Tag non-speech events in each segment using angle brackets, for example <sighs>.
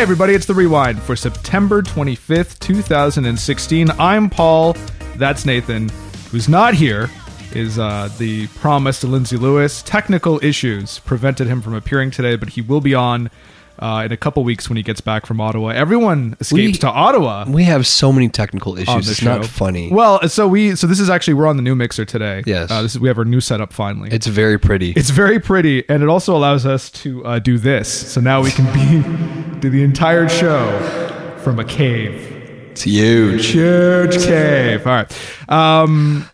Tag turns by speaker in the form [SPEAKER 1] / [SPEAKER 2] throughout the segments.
[SPEAKER 1] everybody, it's the rewind for September 25th, 2016. I'm Paul. That's Nathan, who's not here. Is uh, the promise to Lindsay Lewis? Technical issues prevented him from appearing today, but he will be on uh, in a couple weeks when he gets back from Ottawa. Everyone escapes
[SPEAKER 2] We-
[SPEAKER 1] to Ottawa.
[SPEAKER 2] We have so many technical
[SPEAKER 1] on
[SPEAKER 2] issues.
[SPEAKER 1] the
[SPEAKER 2] It's
[SPEAKER 1] show.
[SPEAKER 2] not funny.
[SPEAKER 1] Well, uh, so we so this is actually we're on the new mixer today.
[SPEAKER 2] Yes.
[SPEAKER 1] uh, this is, we have our new setup finally.
[SPEAKER 2] it's very pretty.
[SPEAKER 1] It's very pretty, and it also allows us to uh, do this. So now we can be <laughs> do the entire show from a cave,
[SPEAKER 2] It's huge.
[SPEAKER 1] huge cave. All right. Um,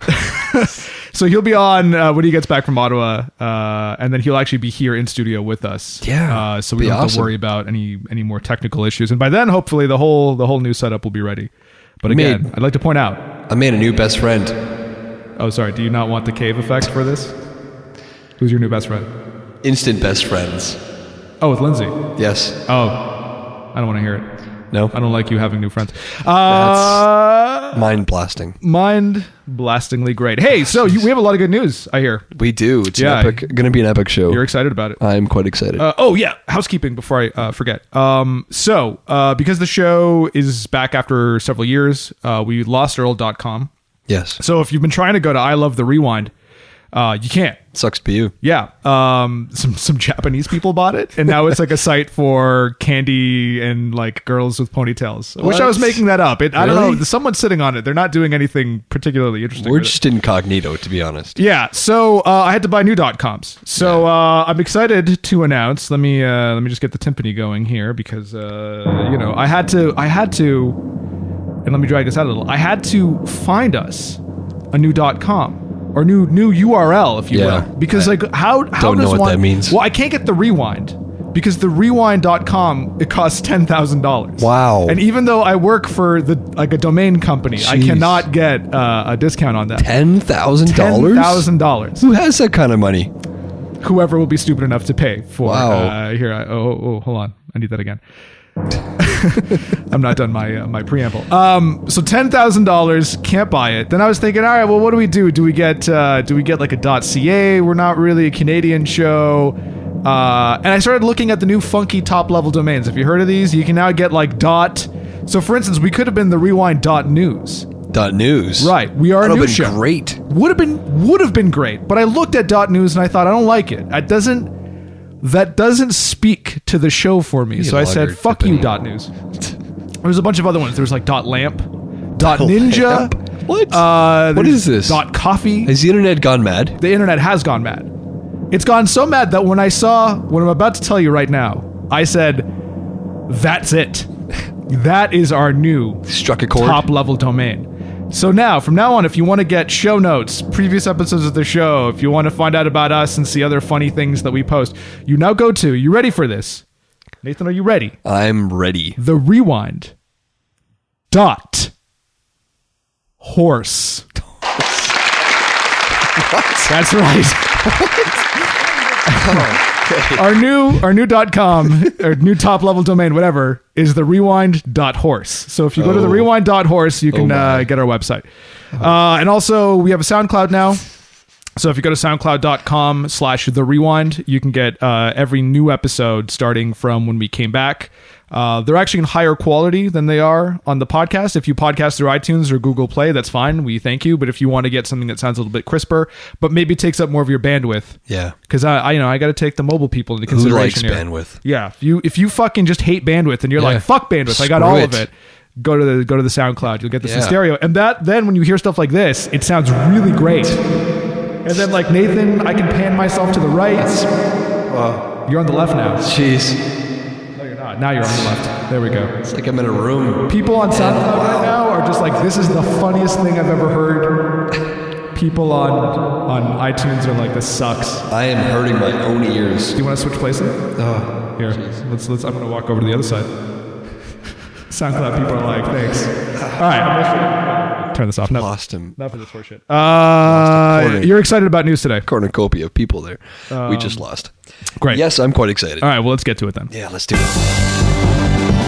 [SPEAKER 1] <laughs> so he'll be on uh, when he gets back from Ottawa, uh, and then he'll actually be here in studio with us.
[SPEAKER 2] Yeah.
[SPEAKER 1] Uh, so we
[SPEAKER 2] Be
[SPEAKER 1] don't have to
[SPEAKER 2] awesome.
[SPEAKER 1] worry about any any more technical issues, and by then, hopefully, the whole the whole new setup will be ready. But again,
[SPEAKER 2] Made.
[SPEAKER 1] I'd like to point out.
[SPEAKER 2] I made a new best friend.
[SPEAKER 1] Oh, sorry. Do you not want the cave effect for this? Who's your new best friend?
[SPEAKER 2] Instant best friends.
[SPEAKER 1] Oh, with Lindsay.
[SPEAKER 2] Yes.
[SPEAKER 1] Oh, I don't want to hear it.
[SPEAKER 2] No.
[SPEAKER 1] I don't like you having new friends. Uh,
[SPEAKER 2] Mind blasting.
[SPEAKER 1] mind blastingly great. Hey, so you, we have a lot of good news, I hear.
[SPEAKER 2] We do. It's
[SPEAKER 1] Yeah.
[SPEAKER 2] an epic. Going to be an epic show.
[SPEAKER 1] You're excited about it.
[SPEAKER 2] I'm quite excited.
[SPEAKER 1] Uh, oh, yeah, housekeeping before I uh, forget. Um, so, uh, because the show is back after several years, uh, we lost Earl.com.
[SPEAKER 2] yes.
[SPEAKER 1] So, if you've been trying to go to I Love the Rewind, uh, you can't.
[SPEAKER 2] Sucks to be you.
[SPEAKER 1] Yeah, um, some some Japanese people bought it, and now
[SPEAKER 2] <laughs>
[SPEAKER 1] it's like a site for candy and like girls with ponytails. I Wish I was
[SPEAKER 2] What?
[SPEAKER 1] making that up. It, I don't
[SPEAKER 2] Really?
[SPEAKER 1] know. Someone's sitting on it. They're not doing anything particularly interesting.
[SPEAKER 2] We're
[SPEAKER 1] with it.
[SPEAKER 2] just incognito, to be honest.
[SPEAKER 1] yeah. So uh, I had to buy new dot coms. So uh, I'm excited to announce. Let me uh, let me just get the timpani going here because uh, you know I had to I had to, and let me drag this out a little. I had to find us a new dot com or new new URL if you
[SPEAKER 2] Yeah.
[SPEAKER 1] will because
[SPEAKER 2] I
[SPEAKER 1] like how how
[SPEAKER 2] don't know
[SPEAKER 1] does
[SPEAKER 2] what
[SPEAKER 1] one-
[SPEAKER 2] that means.
[SPEAKER 1] Well, I can't get the rewind because the rewind.com it costs ten thousand dollars.
[SPEAKER 2] Wow.
[SPEAKER 1] And even though I work for the like a domain company, I
[SPEAKER 2] Jeez.
[SPEAKER 1] cannot get uh, a discount on that.
[SPEAKER 2] Ten thousand
[SPEAKER 1] Ten
[SPEAKER 2] dollars.
[SPEAKER 1] thousand dollars.
[SPEAKER 2] Who has that kind of money?
[SPEAKER 1] Whoever will be stupid enough to pay for.
[SPEAKER 2] Wow.
[SPEAKER 1] Uh, here, I, oh, oh, oh, hold on, I need that again. <laughs> I'm not done my uh, my preamble. Um, so ten thousand dollars can't buy it. Then I was thinking, all right, well, what do we do? Do we get uh, do we get like a .ca? We're not really a Canadian show. Uh, and I started looking at the new funky top level domains. If you heard of these, you can now get like dot. So for instance, we could have been the rewind dot news.
[SPEAKER 2] Dot news. <laughs>
[SPEAKER 1] Right, we are a
[SPEAKER 2] That'd
[SPEAKER 1] news
[SPEAKER 2] have
[SPEAKER 1] show
[SPEAKER 2] been great.
[SPEAKER 1] would have been would have been great but i looked at dot news and i thought i don't like it it doesn't that doesn't speak to the show for me so i said
[SPEAKER 2] lager
[SPEAKER 1] fuck
[SPEAKER 2] tipping.
[SPEAKER 1] you dot news there was a bunch of other ones there was like dot lamp dot ninja
[SPEAKER 2] Lamp? What?
[SPEAKER 1] uh,
[SPEAKER 2] What
[SPEAKER 1] there's
[SPEAKER 2] is this?
[SPEAKER 1] dot coffee
[SPEAKER 2] Has the internet gone mad?
[SPEAKER 1] the internet has gone mad it's gone so mad that when i saw what i'm about to tell you right now i said that's it <laughs> that is our new
[SPEAKER 2] Struck a chord.
[SPEAKER 1] top level domain. So now, from now on, if you want to get show notes, previous episodes of the show, if you want to find out about us and see other funny things that we post, you now go to, you ready for this? Nathan, are you ready?
[SPEAKER 2] I'm ready.
[SPEAKER 1] The rewind dot horse.
[SPEAKER 2] What?
[SPEAKER 1] That's right. our new our new dot com or new top level domain whatever is the rewind dot horse. So if you go to the
[SPEAKER 2] Oh.
[SPEAKER 1] rewind dot horse, you can
[SPEAKER 2] Oh my.
[SPEAKER 1] uh, get our website. Uh, and also we have a SoundCloud now. So if you go to soundcloud.com slash the rewind, you can get uh, every new episode starting from when we came back. Uh, they're actually in higher quality than they are on the podcast. If you podcast through iTunes or Google Play, that's fine. We thank you. But if you want to get something that sounds a little bit crisper, but maybe takes up more of your bandwidth,
[SPEAKER 2] Yeah.
[SPEAKER 1] because I, I, you know, I got to take the mobile people into
[SPEAKER 2] Who
[SPEAKER 1] consideration
[SPEAKER 2] likes
[SPEAKER 1] here.
[SPEAKER 2] bandwidth?
[SPEAKER 1] Yeah, if you if you fucking just hate bandwidth and you're
[SPEAKER 2] Yeah.
[SPEAKER 1] like fuck bandwidth, I got
[SPEAKER 2] Screw
[SPEAKER 1] all of it.
[SPEAKER 2] it.
[SPEAKER 1] Go to the go to the SoundCloud. You'll get this in
[SPEAKER 2] Yeah.
[SPEAKER 1] stereo, and that then when you hear stuff like this, it sounds really great. And then like Nathan, I can pan myself to the right. you're on the left now.
[SPEAKER 2] Jeez.
[SPEAKER 1] No, you're not. Now you're on the left. There we go.
[SPEAKER 2] It's like I'm in a room.
[SPEAKER 1] People on SoundCloud right now are just like, this is the funniest thing I've ever heard. People on on iTunes are like, this sucks.
[SPEAKER 2] I am hurting my own ears.
[SPEAKER 1] Do you want to switch places?
[SPEAKER 2] Oh.
[SPEAKER 1] Here, let's let's. I'm gonna walk over to the other side. SoundCloud people are like, thanks. All right, I'm gonna- turn this off. No,
[SPEAKER 2] Lost him.
[SPEAKER 1] enough of this horseshit. Uh,
[SPEAKER 2] recording.
[SPEAKER 1] you're excited about news today.
[SPEAKER 2] Cornucopia of people there. we just lost.
[SPEAKER 1] Great.
[SPEAKER 2] Yes, I'm quite excited.
[SPEAKER 1] Um, All right. Well, let's get to it then.
[SPEAKER 2] Yeah, let's do it.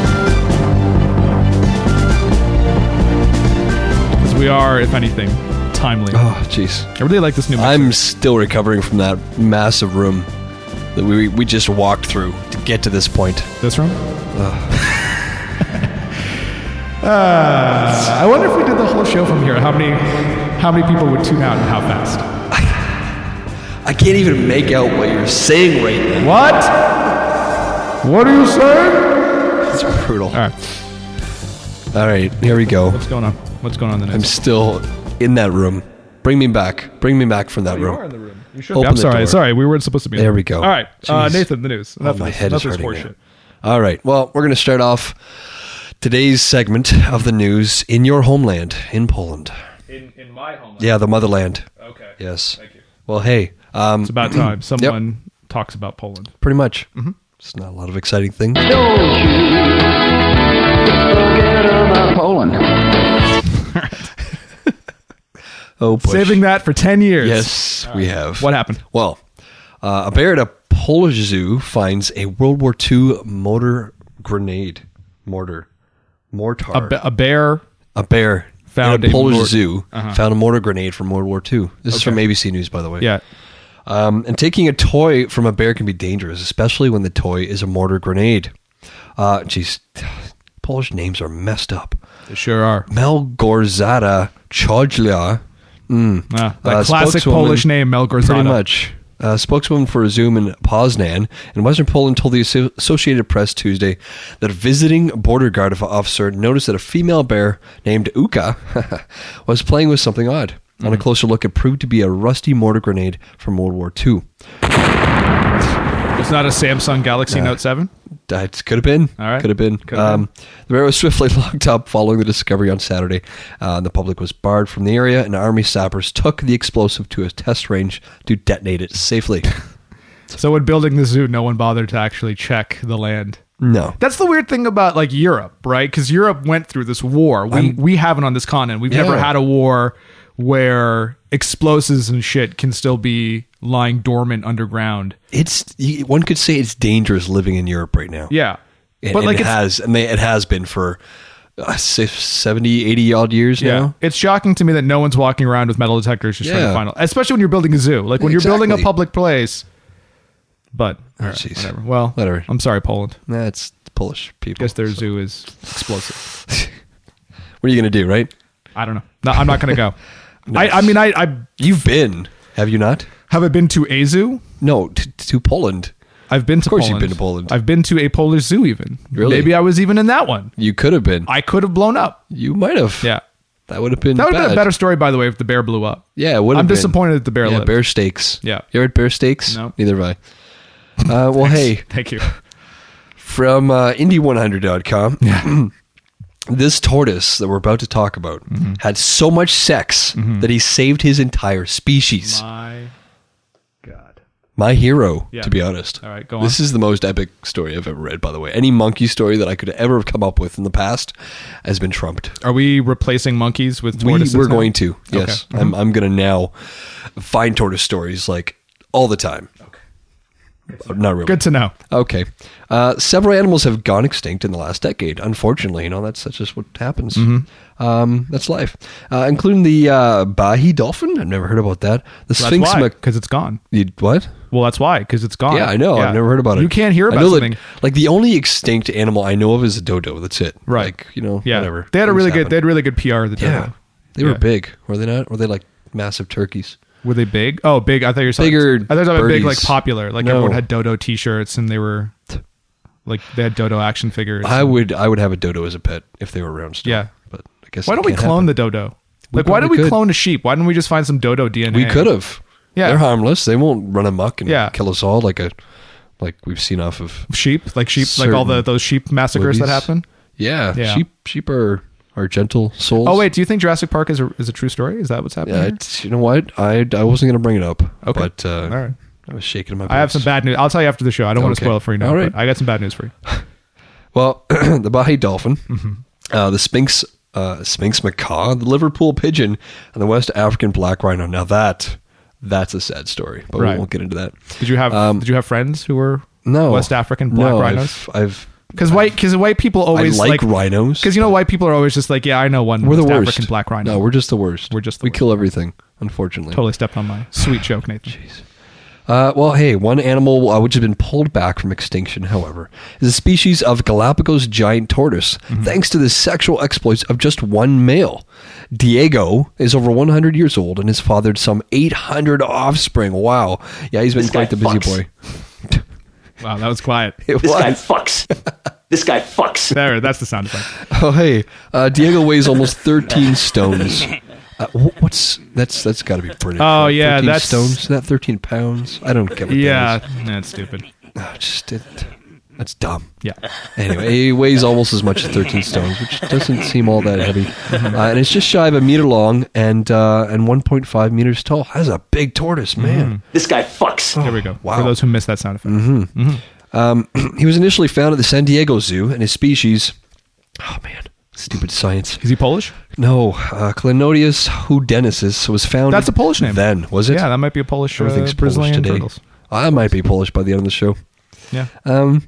[SPEAKER 1] Because we are, if anything, timely.
[SPEAKER 2] Oh, jeez.
[SPEAKER 1] I really like this new. mixer.
[SPEAKER 2] I'm still recovering from that massive room that we, we just walked through to get to this point. Uh.
[SPEAKER 1] This room. <laughs> Uh, I wonder if we did the whole show from here, how many how many people would tune out and how fast?
[SPEAKER 2] I can't even make out what you're saying right now.
[SPEAKER 1] What? What are you saying?
[SPEAKER 2] It's brutal.
[SPEAKER 1] All right,
[SPEAKER 2] All right, here we go.
[SPEAKER 1] what's going on? What's going on in the
[SPEAKER 2] I'm
[SPEAKER 1] next?
[SPEAKER 2] still in that room. Bring me back. Bring me back from that room.
[SPEAKER 1] the room. Oh, You should.
[SPEAKER 2] Open
[SPEAKER 1] I'm
[SPEAKER 2] the
[SPEAKER 1] sorry.
[SPEAKER 2] door.
[SPEAKER 1] Sorry, we weren't supposed to be.
[SPEAKER 2] There we go.
[SPEAKER 1] All right, uh,
[SPEAKER 2] Jeez. Oh,
[SPEAKER 1] Nathan, the news. Enough
[SPEAKER 2] my
[SPEAKER 1] of this.
[SPEAKER 2] head
[SPEAKER 1] Enough
[SPEAKER 2] is
[SPEAKER 1] of this
[SPEAKER 2] hurting.
[SPEAKER 1] horseshit.
[SPEAKER 2] now. All right. Well, we're going to start off today's segment of the news in your homeland, in Poland.
[SPEAKER 1] In, in my homeland.
[SPEAKER 2] Yeah, the motherland.
[SPEAKER 1] Okay.
[SPEAKER 2] Yes.
[SPEAKER 1] Thank you.
[SPEAKER 2] Well, hey, um,
[SPEAKER 1] It's about
[SPEAKER 2] <clears throat>
[SPEAKER 1] time someone talks about Poland.
[SPEAKER 2] pretty much.
[SPEAKER 1] Mm-hmm.
[SPEAKER 2] It's not a lot of exciting things.
[SPEAKER 3] Poland.
[SPEAKER 2] Oh, boy.
[SPEAKER 1] Saving that for ten years.
[SPEAKER 2] Yes, we have.
[SPEAKER 1] What happened?
[SPEAKER 2] Well, uh, a bear at a Polish zoo finds a World War II mortar grenade. Mortar. Mortar.
[SPEAKER 1] A, ba- a bear.
[SPEAKER 2] A bear
[SPEAKER 1] Found a
[SPEAKER 2] in a Polish
[SPEAKER 1] mort-
[SPEAKER 2] zoo found a mortar grenade from World War II. This is from ABC News, by the way.
[SPEAKER 1] Yeah.
[SPEAKER 2] Um, and taking a toy from a bear can be dangerous, especially when the toy is a mortar grenade. Uh, jeez, <sighs> Polish names are messed up.
[SPEAKER 1] They sure are.
[SPEAKER 2] Melgorzata Chodźla. Mm.
[SPEAKER 1] Ah, that
[SPEAKER 2] Uh,
[SPEAKER 1] classic
[SPEAKER 2] spokeswoman-
[SPEAKER 1] Polish name, Melgorzata.
[SPEAKER 2] Pretty much. Uh, spokeswoman for Zoom in Poznan in Western Poland told the Asso- Associated Press Tuesday that a visiting border guard officer noticed that a female bear named Uka <laughs> was playing with something odd. On a closer look, it proved to be a rusty mortar grenade from World War II.
[SPEAKER 1] It's not a Samsung Galaxy Note 7.
[SPEAKER 2] That could have been.
[SPEAKER 1] All right.
[SPEAKER 2] Could have been.
[SPEAKER 1] Could have
[SPEAKER 2] um, The bear was swiftly <laughs> locked up following the discovery on Saturday. Uh, the public was barred from the area, and army sappers took the explosive to a test range to detonate
[SPEAKER 1] <laughs>
[SPEAKER 2] it safely.
[SPEAKER 1] So when building the zoo, no one bothered to actually check the land.
[SPEAKER 2] no.
[SPEAKER 1] That's the weird thing about like Europe, right? Because Europe went through this war. We we haven't on this continent. We've never
[SPEAKER 2] Yeah.
[SPEAKER 1] had a war where explosives and shit can still be lying dormant underground.
[SPEAKER 2] it's you- one could say it's dangerous living in Europe right now.
[SPEAKER 1] Yeah,
[SPEAKER 2] and,
[SPEAKER 1] but like
[SPEAKER 2] it
[SPEAKER 1] it's,
[SPEAKER 2] has, and they, it has been for uh, si- 70, 80 odd years
[SPEAKER 1] yeah,
[SPEAKER 2] now.
[SPEAKER 1] it's shocking to me that no one's walking around with metal detectors just trying to
[SPEAKER 2] Yeah.
[SPEAKER 1] find. Especially when you're building a zoo, like when you're building a
[SPEAKER 2] Exactly. Oh,
[SPEAKER 1] public place. But all right,
[SPEAKER 2] jeez.
[SPEAKER 1] whatever. Well,
[SPEAKER 2] Whatever.
[SPEAKER 1] I'm sorry, Poland.
[SPEAKER 2] That's Polish people.
[SPEAKER 1] Guess their zoo is explosive.
[SPEAKER 2] what are you going to do, right?
[SPEAKER 1] I don't know. No, I'm not gonna
[SPEAKER 2] <laughs>
[SPEAKER 1] go. I, I mean, I, I
[SPEAKER 2] You've been, have you not?
[SPEAKER 1] have I been to a zoo.
[SPEAKER 2] No, t- to Poland.
[SPEAKER 1] I've been to
[SPEAKER 2] course you've
[SPEAKER 1] Poland.
[SPEAKER 2] been to Poland.
[SPEAKER 1] I've been to a Polish zoo even.
[SPEAKER 2] Really?
[SPEAKER 1] Maybe I was even in that one.
[SPEAKER 2] You could have been.
[SPEAKER 1] I could have blown up.
[SPEAKER 2] you might have.
[SPEAKER 1] Yeah.
[SPEAKER 2] That would have been
[SPEAKER 1] That would have been a
[SPEAKER 2] bad.
[SPEAKER 1] better story, by the way, if the bear blew up.
[SPEAKER 2] Yeah, it would have
[SPEAKER 1] I'm
[SPEAKER 2] been.
[SPEAKER 1] disappointed that the bear
[SPEAKER 2] Yeah,
[SPEAKER 1] lived.
[SPEAKER 2] bear steaks.
[SPEAKER 1] Yeah.
[SPEAKER 2] You ever at bear steaks?
[SPEAKER 1] No. <laughs>
[SPEAKER 2] Neither have I. Uh, well, hey,
[SPEAKER 1] Thank you.
[SPEAKER 2] from uh, indie100.com. <clears throat> This tortoise that we're about to talk about
[SPEAKER 1] Mm-hmm.
[SPEAKER 2] had so much sex that he saved his entire species. My,
[SPEAKER 1] My God.
[SPEAKER 2] hero,
[SPEAKER 1] Yeah.
[SPEAKER 2] to be honest.
[SPEAKER 1] All right, go
[SPEAKER 2] This is the most epic story I've ever read, by the way. Any monkey story that I could ever have come up with in the past has been trumped.
[SPEAKER 1] Are we replacing monkeys with
[SPEAKER 2] We,
[SPEAKER 1] tortoises? now?
[SPEAKER 2] we're
[SPEAKER 1] Mm-hmm.
[SPEAKER 2] going to. Yes. I'm, I'm going to now find tortoise stories like all the time. Okay. Not really.
[SPEAKER 1] Good to know.
[SPEAKER 2] Okay. Uh, several animals have gone extinct in the last decade, unfortunately. You know, that's, that's just what happens.
[SPEAKER 1] Mm-hmm.
[SPEAKER 2] Um, that's life. Uh, including the uh, Bahi dolphin. I've never heard about that. The
[SPEAKER 1] That's
[SPEAKER 2] Sphinx
[SPEAKER 1] why,
[SPEAKER 2] mac-
[SPEAKER 1] because it's gone.
[SPEAKER 2] you, What?
[SPEAKER 1] Well, that's why, because it's gone.
[SPEAKER 2] Yeah, I know. I've never heard about it.
[SPEAKER 1] You can't hear
[SPEAKER 2] I
[SPEAKER 1] about
[SPEAKER 2] know that-
[SPEAKER 1] something.
[SPEAKER 2] like, the only extinct animal I know of is a dodo. That's it.
[SPEAKER 1] Right.
[SPEAKER 2] Like, you know,
[SPEAKER 1] yeah.
[SPEAKER 2] whatever.
[SPEAKER 1] They had a
[SPEAKER 2] Things
[SPEAKER 1] really good. They
[SPEAKER 2] happen.
[SPEAKER 1] had really good PR. The
[SPEAKER 2] yeah.
[SPEAKER 1] dodo.
[SPEAKER 2] They were
[SPEAKER 1] Yeah.
[SPEAKER 2] big, were they not? Were they like massive turkeys?
[SPEAKER 1] Were they big? Oh, big. I thought you were talking-
[SPEAKER 2] Bigger
[SPEAKER 1] I thought you were talking about big,
[SPEAKER 2] birdies.
[SPEAKER 1] like popular. Like
[SPEAKER 2] No.
[SPEAKER 1] everyone had Dodo T-shirts, and they were like they had Dodo action figures.
[SPEAKER 2] I would I would have a dodo as a pet if they were around still.
[SPEAKER 1] Yeah.
[SPEAKER 2] But I guess
[SPEAKER 1] why
[SPEAKER 2] that
[SPEAKER 1] don't we
[SPEAKER 2] can't
[SPEAKER 1] clone
[SPEAKER 2] happen.
[SPEAKER 1] the Dodo? Like, why did we
[SPEAKER 2] probably could.
[SPEAKER 1] clone a sheep? Why didn't we just find some Dodo DNA?
[SPEAKER 2] We could have.
[SPEAKER 1] Yeah.
[SPEAKER 2] They're harmless. They won't run amok and
[SPEAKER 1] Yeah.
[SPEAKER 2] kill us all like a like we've seen off of
[SPEAKER 1] sheep, like sheep, like all the
[SPEAKER 2] Certain
[SPEAKER 1] those sheep massacres that
[SPEAKER 2] movies.
[SPEAKER 1] happen.
[SPEAKER 2] Yeah.
[SPEAKER 1] Yeah.
[SPEAKER 2] Sheep sheep are are gentle souls.
[SPEAKER 1] Oh wait, do you think Jurassic Park is a, is a true story? Is that what's happening?
[SPEAKER 2] Yeah,
[SPEAKER 1] here?
[SPEAKER 2] it's, you know what? I I wasn't gonna bring it up.
[SPEAKER 1] Okay.
[SPEAKER 2] But uh
[SPEAKER 1] All right.
[SPEAKER 2] I was shaking my
[SPEAKER 1] I have some
[SPEAKER 2] boots.
[SPEAKER 1] bad news. I'll tell you after the show. I don't want to
[SPEAKER 2] Okay.
[SPEAKER 1] spoil it for you now.
[SPEAKER 2] All
[SPEAKER 1] but
[SPEAKER 2] right.
[SPEAKER 1] I got some bad news for you.
[SPEAKER 2] Well, <clears throat> the Bahi dolphin,
[SPEAKER 1] Mm-hmm.
[SPEAKER 2] uh, the Sphinx, uh, Sphinx macaw, the Liverpool pigeon, and the West African black rhino. Now that that's a sad story, but
[SPEAKER 1] Right.
[SPEAKER 2] we won't get into that.
[SPEAKER 1] Did you have Did you have friends who were
[SPEAKER 2] Um, No
[SPEAKER 1] West African black
[SPEAKER 2] No,
[SPEAKER 1] rhinos?
[SPEAKER 2] I've, I've
[SPEAKER 1] Because white because white people
[SPEAKER 2] I
[SPEAKER 1] always
[SPEAKER 2] like, rhinos.
[SPEAKER 1] Because you know, white people are always just like, yeah, I know one
[SPEAKER 2] We're the
[SPEAKER 1] West
[SPEAKER 2] worst.
[SPEAKER 1] African black rhino.
[SPEAKER 2] No, we're just the worst.
[SPEAKER 1] We're just the
[SPEAKER 2] we
[SPEAKER 1] worst.
[SPEAKER 2] kill everything, unfortunately.
[SPEAKER 1] totally stepped on my sweet joke, Nathan.
[SPEAKER 2] Uh, well, hey, one animal uh, which has been pulled back from extinction, however, is a species of Galapagos giant tortoise,
[SPEAKER 4] Mm-hmm.
[SPEAKER 2] thanks to the sexual exploits of just one male. Diego is over 100 years old and has fathered some 800 offspring. Wow. Yeah, he's been
[SPEAKER 4] This guy
[SPEAKER 2] quite the busy
[SPEAKER 4] fucks.
[SPEAKER 2] boy. <laughs>
[SPEAKER 1] Wow, that was quiet.
[SPEAKER 2] It
[SPEAKER 4] This
[SPEAKER 2] was.
[SPEAKER 4] guy fucks. this guy fucks.
[SPEAKER 1] There, that's the sound effect.
[SPEAKER 2] Oh, hey, uh, Diego
[SPEAKER 4] <laughs>
[SPEAKER 2] weighs almost 13 stones. Uh, wh- what's that's that's got to be British.
[SPEAKER 1] Oh,
[SPEAKER 2] right?
[SPEAKER 1] yeah,
[SPEAKER 2] 13
[SPEAKER 1] that's-
[SPEAKER 2] stones. Is that 13 pounds. I don't get what
[SPEAKER 1] Yeah, that's stupid.
[SPEAKER 2] that is. Oh, just it, that's dumb.
[SPEAKER 1] Yeah.
[SPEAKER 2] Anyway, he weighs almost as much as 13 stones, which doesn't seem all that heavy. Uh, and it's just shy of a meter long and uh, and 1.5 meters tall. That's a big tortoise, man.
[SPEAKER 4] This guy fucks.
[SPEAKER 1] There we go.
[SPEAKER 2] Oh, Wow. Mm-hmm.
[SPEAKER 1] For those who missed that sound effect. Mm.
[SPEAKER 2] He was initially found at the San Diego Zoo, and his species. Oh man, stupid science.
[SPEAKER 1] Is he Polish?
[SPEAKER 2] No, uh, Clinodius hudenensis was found.
[SPEAKER 1] That's a Polish name.
[SPEAKER 2] Then was it?
[SPEAKER 1] yeah, that might be a Polish. Uh,
[SPEAKER 2] everything's Polish
[SPEAKER 1] Brazilian
[SPEAKER 2] today.
[SPEAKER 1] turtles.
[SPEAKER 2] I might be Polish by the end of the show.
[SPEAKER 1] Yeah.
[SPEAKER 2] Um,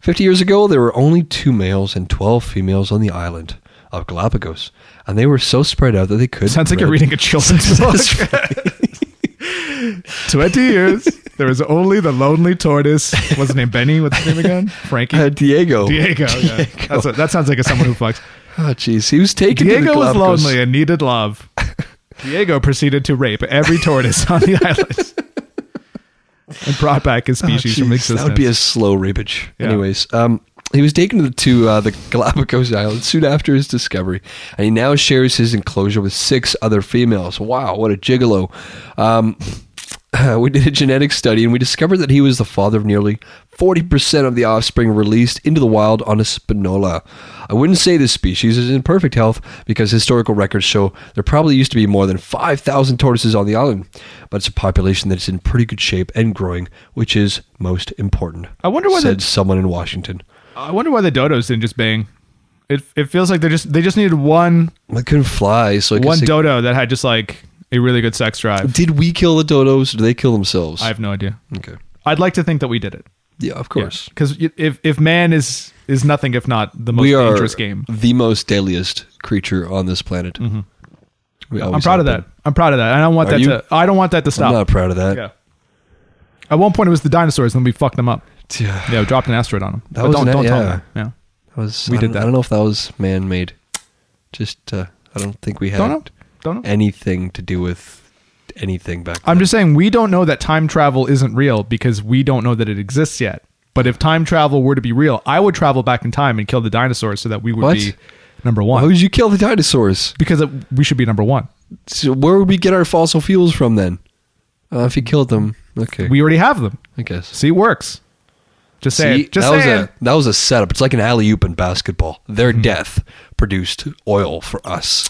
[SPEAKER 2] Fifty years ago, there were only two males and twelve females on the island of Galapagos, and they were so spread out that they could.
[SPEAKER 1] Sounds like you're reading a
[SPEAKER 2] <laughs>
[SPEAKER 1] children's book. <laughs> Twenty years. There was only the lonely tortoise. What's his name? Benny. What's his name
[SPEAKER 2] <laughs>
[SPEAKER 1] again? Frankie.
[SPEAKER 2] Uh, Diego.
[SPEAKER 1] Diego. Yeah. That's a, that sounds like a someone who fucks.
[SPEAKER 2] Oh, jeez, he was taken. to
[SPEAKER 1] Diego
[SPEAKER 2] the
[SPEAKER 1] was
[SPEAKER 2] Galapagos.
[SPEAKER 1] lonely and needed
[SPEAKER 2] <laughs>
[SPEAKER 1] love. Diego proceeded to rape every tortoise on
[SPEAKER 2] <laughs>
[SPEAKER 1] the island and brought back his
[SPEAKER 2] Oh,
[SPEAKER 1] species from
[SPEAKER 2] jeez,
[SPEAKER 1] existence.
[SPEAKER 2] That would be a slow rapage.
[SPEAKER 1] Yeah.
[SPEAKER 2] Anyways, um, he was taken to the, to, uh, the Galapagos Islands soon after his discovery, and he now shares his enclosure with six other females. Wow, what a gigolo! Um, <laughs> we did a genetic study, and we discovered that he was the father of nearly forty percent of the offspring released into the wild on a spinola. I wouldn't say this species is in perfect health because historical records show there probably used to be more than five thousand tortoises on the island, but it's a population that's in pretty good shape and growing, which is most important.
[SPEAKER 1] I wonder why
[SPEAKER 2] said
[SPEAKER 1] the-
[SPEAKER 2] someone in Washington.
[SPEAKER 1] I wonder why the dodos didn't just bang. It it feels like they just they just needed one
[SPEAKER 2] They couldn't fly, so I guess
[SPEAKER 1] one
[SPEAKER 2] they-
[SPEAKER 1] dodo that had just like a really good sex drive.
[SPEAKER 2] Did we kill the dodos? Or did they kill themselves?
[SPEAKER 1] I have no idea.
[SPEAKER 2] okay.
[SPEAKER 1] I'd like to think that we did it.
[SPEAKER 2] Yeah, of course.
[SPEAKER 1] Because if if man is is nothing if not the most
[SPEAKER 2] we are
[SPEAKER 1] dangerous game. Mm-hmm.
[SPEAKER 2] the most deadliest creature on this planet. We
[SPEAKER 1] I'm
[SPEAKER 2] always
[SPEAKER 1] proud of
[SPEAKER 2] have
[SPEAKER 1] that. I'm proud of that. I don't want
[SPEAKER 2] Are
[SPEAKER 1] that
[SPEAKER 2] you?
[SPEAKER 1] to I don't want that to
[SPEAKER 2] been.
[SPEAKER 1] stop.
[SPEAKER 2] I'm not proud of that.
[SPEAKER 1] Yeah. At one point it was the dinosaurs and then we fucked them up.
[SPEAKER 2] Yeah.
[SPEAKER 1] Yeah, we dropped an asteroid on them.
[SPEAKER 2] <sighs> That
[SPEAKER 1] But
[SPEAKER 2] was
[SPEAKER 1] don't
[SPEAKER 2] an-
[SPEAKER 1] don't tell
[SPEAKER 2] yeah.
[SPEAKER 1] them. Yeah.
[SPEAKER 2] That was,
[SPEAKER 1] We
[SPEAKER 2] I
[SPEAKER 1] did
[SPEAKER 2] don't-
[SPEAKER 1] that.
[SPEAKER 2] I don't know if that was man made. Just uh, I don't think we had
[SPEAKER 1] Don't know. Don't know.
[SPEAKER 2] anything to do with anything back.
[SPEAKER 1] I'm just saying we don't know that time travel isn't real because we don't know that it exists yet. But if time travel were to be real, I would travel back in time and kill the dinosaurs so that we would
[SPEAKER 2] What?
[SPEAKER 1] be number one.
[SPEAKER 2] How did you kill the dinosaurs?
[SPEAKER 1] because it, we should be number one.
[SPEAKER 2] So where would we get our fossil fuels from then? Uh, if you killed them, okay,
[SPEAKER 1] We already have them.
[SPEAKER 2] I guess.
[SPEAKER 1] See, it works. Just saying.
[SPEAKER 2] See,
[SPEAKER 1] just
[SPEAKER 2] that
[SPEAKER 1] saying. Hmm.
[SPEAKER 2] was a that was a setup. It's like an alley oop in basketball. Their death produced oil for us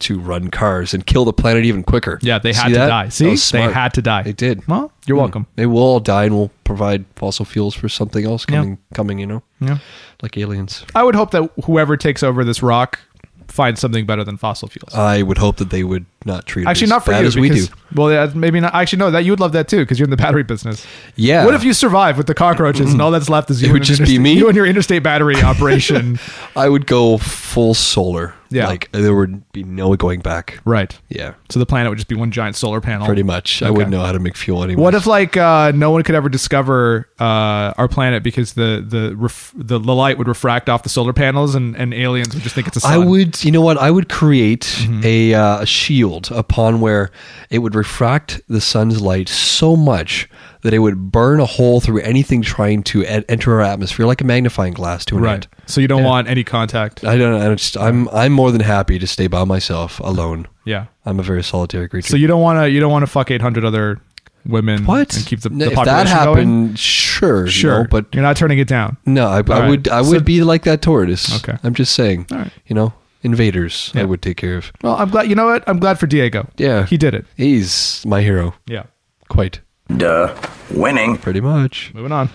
[SPEAKER 2] to run cars and kill the planet even quicker.
[SPEAKER 1] yeah, they had
[SPEAKER 2] See
[SPEAKER 1] to
[SPEAKER 2] that?
[SPEAKER 1] die.
[SPEAKER 2] That
[SPEAKER 1] See,
[SPEAKER 2] was
[SPEAKER 1] they
[SPEAKER 2] smart.
[SPEAKER 1] had to die.
[SPEAKER 2] They did. Hmm.
[SPEAKER 1] Well, you're welcome.
[SPEAKER 2] They will all die, and we'll provide fossil fuels for something else coming. Coming, you know,
[SPEAKER 1] Yeah.
[SPEAKER 2] like aliens.
[SPEAKER 1] I would hope that whoever takes over this rock finds something better than fossil fuels.
[SPEAKER 2] I would hope that they would not treat it
[SPEAKER 1] actually,
[SPEAKER 2] as
[SPEAKER 1] not for
[SPEAKER 2] bad
[SPEAKER 1] you.
[SPEAKER 2] as we do.
[SPEAKER 1] because- Well, yeah, maybe not. Actually, no. That you would love that too because you're in the battery business.
[SPEAKER 2] Yeah.
[SPEAKER 1] What if you survive with the cockroaches and all that's left is you?
[SPEAKER 2] It would
[SPEAKER 1] and
[SPEAKER 2] just be
[SPEAKER 1] interstate-
[SPEAKER 2] me?
[SPEAKER 1] You and your interstate battery
[SPEAKER 2] <laughs>
[SPEAKER 1] operation.
[SPEAKER 2] I would go full solar.
[SPEAKER 1] Yeah.
[SPEAKER 2] like there would be no going back.
[SPEAKER 1] right.
[SPEAKER 2] Yeah,
[SPEAKER 1] So the planet would just be one giant solar panel.
[SPEAKER 2] pretty much. I wouldn't know how to make fuel anymore.
[SPEAKER 1] What if like uh, no one could ever discover uh, our planet because the the, ref- the the light would refract off the solar panels and, and aliens would just think it's a sun.
[SPEAKER 2] I would, you know what? I would create
[SPEAKER 1] Mm-hmm.
[SPEAKER 2] a, uh, a shield upon where it would refract the sun's light so much that it would burn a hole through anything trying to en- enter our atmosphere, like a magnifying glass to an
[SPEAKER 1] right.
[SPEAKER 2] ant.
[SPEAKER 1] So you don't want any contact.
[SPEAKER 2] I don't. I just, I'm. I'm more than happy to stay by myself alone.
[SPEAKER 1] Yeah.
[SPEAKER 2] I'm a very solitary creature.
[SPEAKER 1] So you don't want to you don't want to fuck eight hundred other women.
[SPEAKER 2] what?
[SPEAKER 1] And keep the,
[SPEAKER 2] No,
[SPEAKER 1] the
[SPEAKER 2] if
[SPEAKER 1] population
[SPEAKER 2] that
[SPEAKER 1] going.
[SPEAKER 2] happened, sure, you
[SPEAKER 1] Sure,
[SPEAKER 2] know, but
[SPEAKER 1] you're not turning it down.
[SPEAKER 2] no, I, I
[SPEAKER 1] right.
[SPEAKER 2] would. I
[SPEAKER 1] So-
[SPEAKER 2] would be like that tortoise.
[SPEAKER 1] Okay.
[SPEAKER 2] I'm just saying.
[SPEAKER 1] right.
[SPEAKER 2] You know, invaders. I
[SPEAKER 1] Yeah.
[SPEAKER 2] would take care of.
[SPEAKER 1] Well, I'm glad. You know what? I'm glad for Diego.
[SPEAKER 2] Yeah.
[SPEAKER 1] he did it.
[SPEAKER 2] He's my hero.
[SPEAKER 1] Yeah.
[SPEAKER 2] Quite.
[SPEAKER 4] Duh. Winning.
[SPEAKER 2] Pretty much.
[SPEAKER 1] Moving on.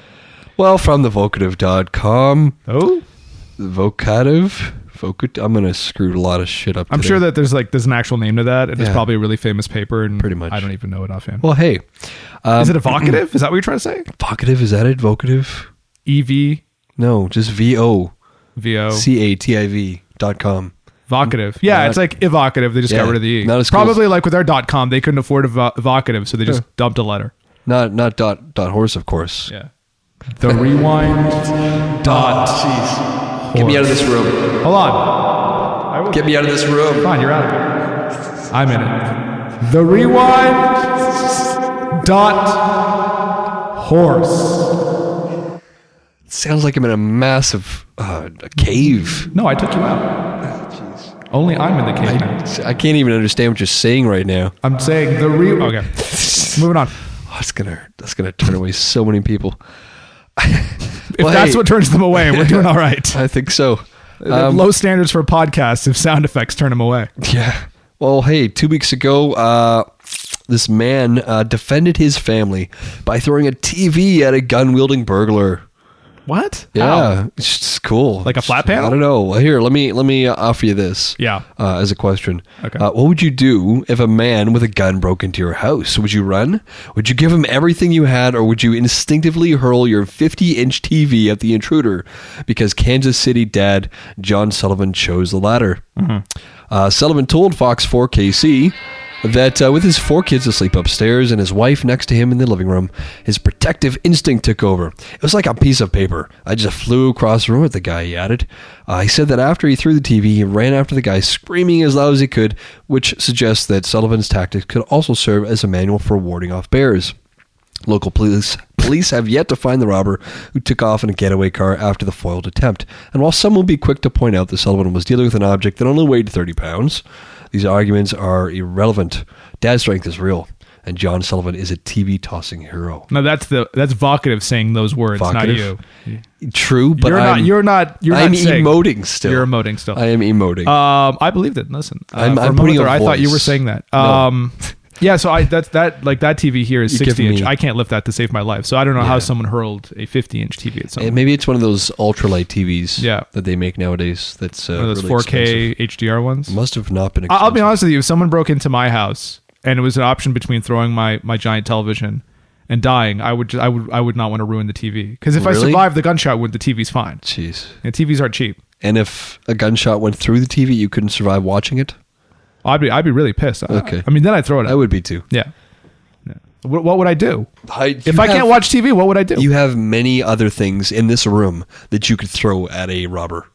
[SPEAKER 2] Well, from thevocative.com,
[SPEAKER 1] Oh,
[SPEAKER 2] vocative, vocative. I'm gonna screw a lot of shit up.
[SPEAKER 1] I'm
[SPEAKER 2] today.
[SPEAKER 1] sure that there's like there's an actual name to that, and it's
[SPEAKER 2] Yeah.
[SPEAKER 1] probably a really famous paper. And
[SPEAKER 2] Pretty much.
[SPEAKER 1] I don't even know it offhand.
[SPEAKER 2] Well, um, hey,
[SPEAKER 1] is it evocative? is that what you're trying to say?
[SPEAKER 2] vocative is that it? Vocative?
[SPEAKER 1] E V
[SPEAKER 2] No, just V O
[SPEAKER 1] V O
[SPEAKER 2] C A T I V dot com.
[SPEAKER 1] evocative. Yeah,
[SPEAKER 2] Not-
[SPEAKER 1] it's like evocative. They just
[SPEAKER 2] Yeah,
[SPEAKER 1] got rid of the E.
[SPEAKER 2] not as cool as-
[SPEAKER 1] probably like with our dot com, they couldn't afford evo- evocative, so they just dumped a letter.
[SPEAKER 2] Not not dot dot horse, of course.
[SPEAKER 1] Yeah. The rewind dot. Jeez.
[SPEAKER 2] Get me out of this room.
[SPEAKER 1] Hold on. I will.
[SPEAKER 2] Get me out of this room.
[SPEAKER 1] Fine, you're out of it. I'm in it. The rewind dot horse.
[SPEAKER 2] Sounds like I'm in a massive uh, a cave.
[SPEAKER 1] No, I took you out. Only I'm in the cave now.
[SPEAKER 2] I can't even understand what you're saying right now.
[SPEAKER 1] I'm saying the re. Okay. Moving on.
[SPEAKER 2] Oh, it's gonna that's gonna turn away so many people.
[SPEAKER 1] If that's what turns them away, we're doing all <laughs> right.
[SPEAKER 2] I think so.
[SPEAKER 1] They have Low standards for podcasts if sound effects turn them away.
[SPEAKER 2] Yeah. Well, hey, two weeks ago, uh, this man uh, defended his family by throwing a TV at a gun wielding burglar.
[SPEAKER 1] What? How?
[SPEAKER 2] Yeah, it's just cool.
[SPEAKER 1] Like a flat
[SPEAKER 2] I
[SPEAKER 1] panel?
[SPEAKER 2] don't know. Here, let me let me uh, offer you this.
[SPEAKER 1] Yeah.
[SPEAKER 2] Uh, as a question.
[SPEAKER 1] Okay.
[SPEAKER 2] Uh, what would you do if a man with a gun broke into your house? Would you run? Would you give him everything you had, or would you instinctively hurl your 50-inch TV at the intruder? Because Kansas City dad John Sullivan chose the latter.
[SPEAKER 1] Mm-hmm.
[SPEAKER 2] Uh, Sullivan told Fox 4KC that uh, with his four kids asleep upstairs and his wife next to him in the living room, his protective instinct took over. It was like a piece of paper. I just flew across the room at the guy, he added. Uh, he said that after he threw the TV, he ran after the guy, screaming as loud as he could, which suggests that Sullivan's tactics could also serve as a manual for warding off bears. Local police police have yet to find the robber who took off in a getaway car after the foiled attempt. And while some will be quick to point out that Sullivan was dealing with an object that only weighed 30 pounds, these arguments are irrelevant. Dad's strength is real, and John Sullivan is a TV tossing hero.
[SPEAKER 1] No, that's the that's vocative saying those words,
[SPEAKER 2] Vocative?
[SPEAKER 1] not
[SPEAKER 2] True,
[SPEAKER 1] you.
[SPEAKER 2] but
[SPEAKER 1] You're
[SPEAKER 2] I'm,
[SPEAKER 1] not. You're not. You're
[SPEAKER 2] I'm
[SPEAKER 1] not saying-
[SPEAKER 2] emoting still.
[SPEAKER 1] You're emoting still.
[SPEAKER 2] I am emoting.
[SPEAKER 1] Um, I believed it. Listen, uh,
[SPEAKER 2] I'm-
[SPEAKER 1] for a
[SPEAKER 2] I'm
[SPEAKER 1] moment
[SPEAKER 2] putting a
[SPEAKER 1] there, I thought you were
[SPEAKER 2] voice.
[SPEAKER 1] saying that.
[SPEAKER 2] No.
[SPEAKER 1] Um,
[SPEAKER 2] <laughs>
[SPEAKER 1] yeah. So I that's that like that TV here is
[SPEAKER 2] You give
[SPEAKER 1] 60 inch.
[SPEAKER 2] me-
[SPEAKER 1] I can't lift that to save my life. So I don't know
[SPEAKER 2] Yeah.
[SPEAKER 1] how someone hurled a 50 inch TV at
[SPEAKER 2] And
[SPEAKER 1] someone.
[SPEAKER 2] Maybe it's one of those ultralight TVs
[SPEAKER 1] Yeah.
[SPEAKER 2] that they make nowadays that's uh,
[SPEAKER 1] One of those
[SPEAKER 2] really
[SPEAKER 1] 4K
[SPEAKER 2] expensive.
[SPEAKER 1] HDR ones.
[SPEAKER 2] Must have not been
[SPEAKER 1] I-
[SPEAKER 2] expensive.
[SPEAKER 1] I'll be honest with you. If someone broke into my house and it was an option between throwing my my giant television and dying, I would ju- I would I would not want to ruin the TV because if I
[SPEAKER 2] Really?
[SPEAKER 1] survive the gunshot wound, the TV's fine.
[SPEAKER 2] Jeez.
[SPEAKER 1] And TVs aren't cheap.
[SPEAKER 2] And if a gunshot went through the TV, you couldn't survive watching it?
[SPEAKER 1] I'd be I'd be really pissed. I-
[SPEAKER 2] Okay.
[SPEAKER 1] I, mean, then I'd throw it.
[SPEAKER 2] I
[SPEAKER 1] Out.
[SPEAKER 2] would be too.
[SPEAKER 1] Yeah. yeah. What, what would I do?
[SPEAKER 2] I,
[SPEAKER 1] If I can't watch TV, what would I do?
[SPEAKER 2] you have many other things in this room that you could throw at a robber,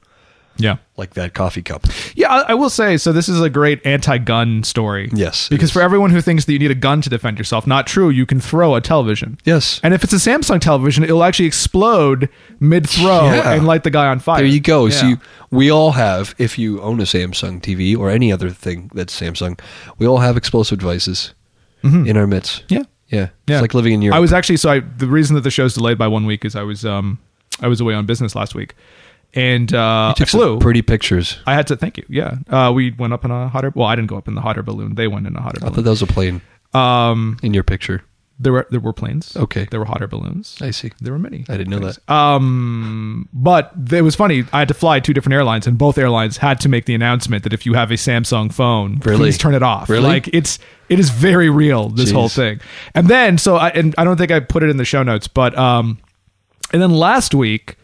[SPEAKER 1] yeah.
[SPEAKER 2] like that coffee cup.
[SPEAKER 1] Yeah, I, I will say. So this is a great anti-gun story.
[SPEAKER 2] Yes, it
[SPEAKER 1] because
[SPEAKER 2] is.
[SPEAKER 1] for everyone who thinks that you need a gun to defend yourself, not true. You can throw a television.
[SPEAKER 2] Yes.
[SPEAKER 1] and if it's a Samsung television, it'll actually explode mid-throw
[SPEAKER 2] Yeah.
[SPEAKER 1] and light the guy on fire.
[SPEAKER 2] There you go. So
[SPEAKER 1] Yeah.
[SPEAKER 2] you, we all have, if you own a Samsung TV or any other thing that's Samsung, we all have explosive devices in our midst.
[SPEAKER 1] Mm-hmm. yeah,
[SPEAKER 2] Yeah.
[SPEAKER 1] yeah.
[SPEAKER 2] It's like living in Europe. <laughs>
[SPEAKER 1] I was actually so. I, the reason that the show's delayed by one week is I was um I was away on business last week, and uh, I
[SPEAKER 2] Took some
[SPEAKER 1] flew.
[SPEAKER 2] pretty pictures.
[SPEAKER 1] I had to thank you. Yeah, uh, we went up in a hot air. Well, I didn't go up in the hot air balloon. They went in a hot air
[SPEAKER 2] I
[SPEAKER 1] balloon.
[SPEAKER 2] thought that was a plane
[SPEAKER 1] Um,
[SPEAKER 2] in your picture.
[SPEAKER 1] there were there were planes.
[SPEAKER 2] Okay.
[SPEAKER 1] there were hot air balloons.
[SPEAKER 2] I see.
[SPEAKER 1] There were many.
[SPEAKER 2] I didn't know that.
[SPEAKER 1] Um, but it was funny. I had to fly two different airlines, and both airlines had to make the announcement that if you have a Samsung phone,
[SPEAKER 2] Really?
[SPEAKER 1] please turn it off.
[SPEAKER 2] Really?
[SPEAKER 1] Like it's it is very real. This
[SPEAKER 2] Jeez.
[SPEAKER 1] whole thing. And then so I and I don't think I put it in the show notes, but um, and then last week.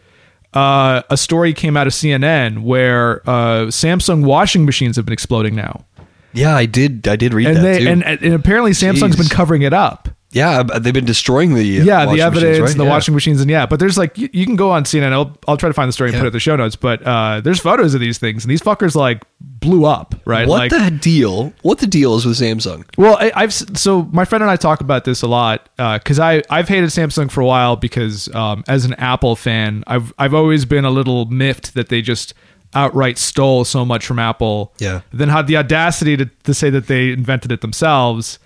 [SPEAKER 1] Uh, a story came out of CNN where uh, Samsung washing machines have been exploding now,
[SPEAKER 2] Yeah, I did. I did read
[SPEAKER 1] and
[SPEAKER 2] that
[SPEAKER 1] they
[SPEAKER 2] too.
[SPEAKER 1] and, and apparently Samsung's
[SPEAKER 2] Jeez.
[SPEAKER 1] been covering it up
[SPEAKER 2] yeah, uh, they've been destroying the uh,
[SPEAKER 1] yeah, the
[SPEAKER 2] washing machines,
[SPEAKER 1] evidence,
[SPEAKER 2] right?
[SPEAKER 1] the
[SPEAKER 2] Yeah.
[SPEAKER 1] washing machines, and yeah. But there's like you, you can go on CNN. I'll, I'll try to find the story and
[SPEAKER 2] Yeah.
[SPEAKER 1] put it in the show notes. But uh, there's photos of these things, and these fuckers like blew up, right?
[SPEAKER 2] What
[SPEAKER 1] like,
[SPEAKER 2] the deal? What the deal is with Samsung?
[SPEAKER 1] well, I, I've s- so my friend and I talk about this a lot because I I've hated Samsung for a while because um, as an Apple fan, I've I've always been a little miffed that they just outright stole so much from Apple.
[SPEAKER 2] Yeah.
[SPEAKER 1] Then had the audacity to, to say that they invented it themselves.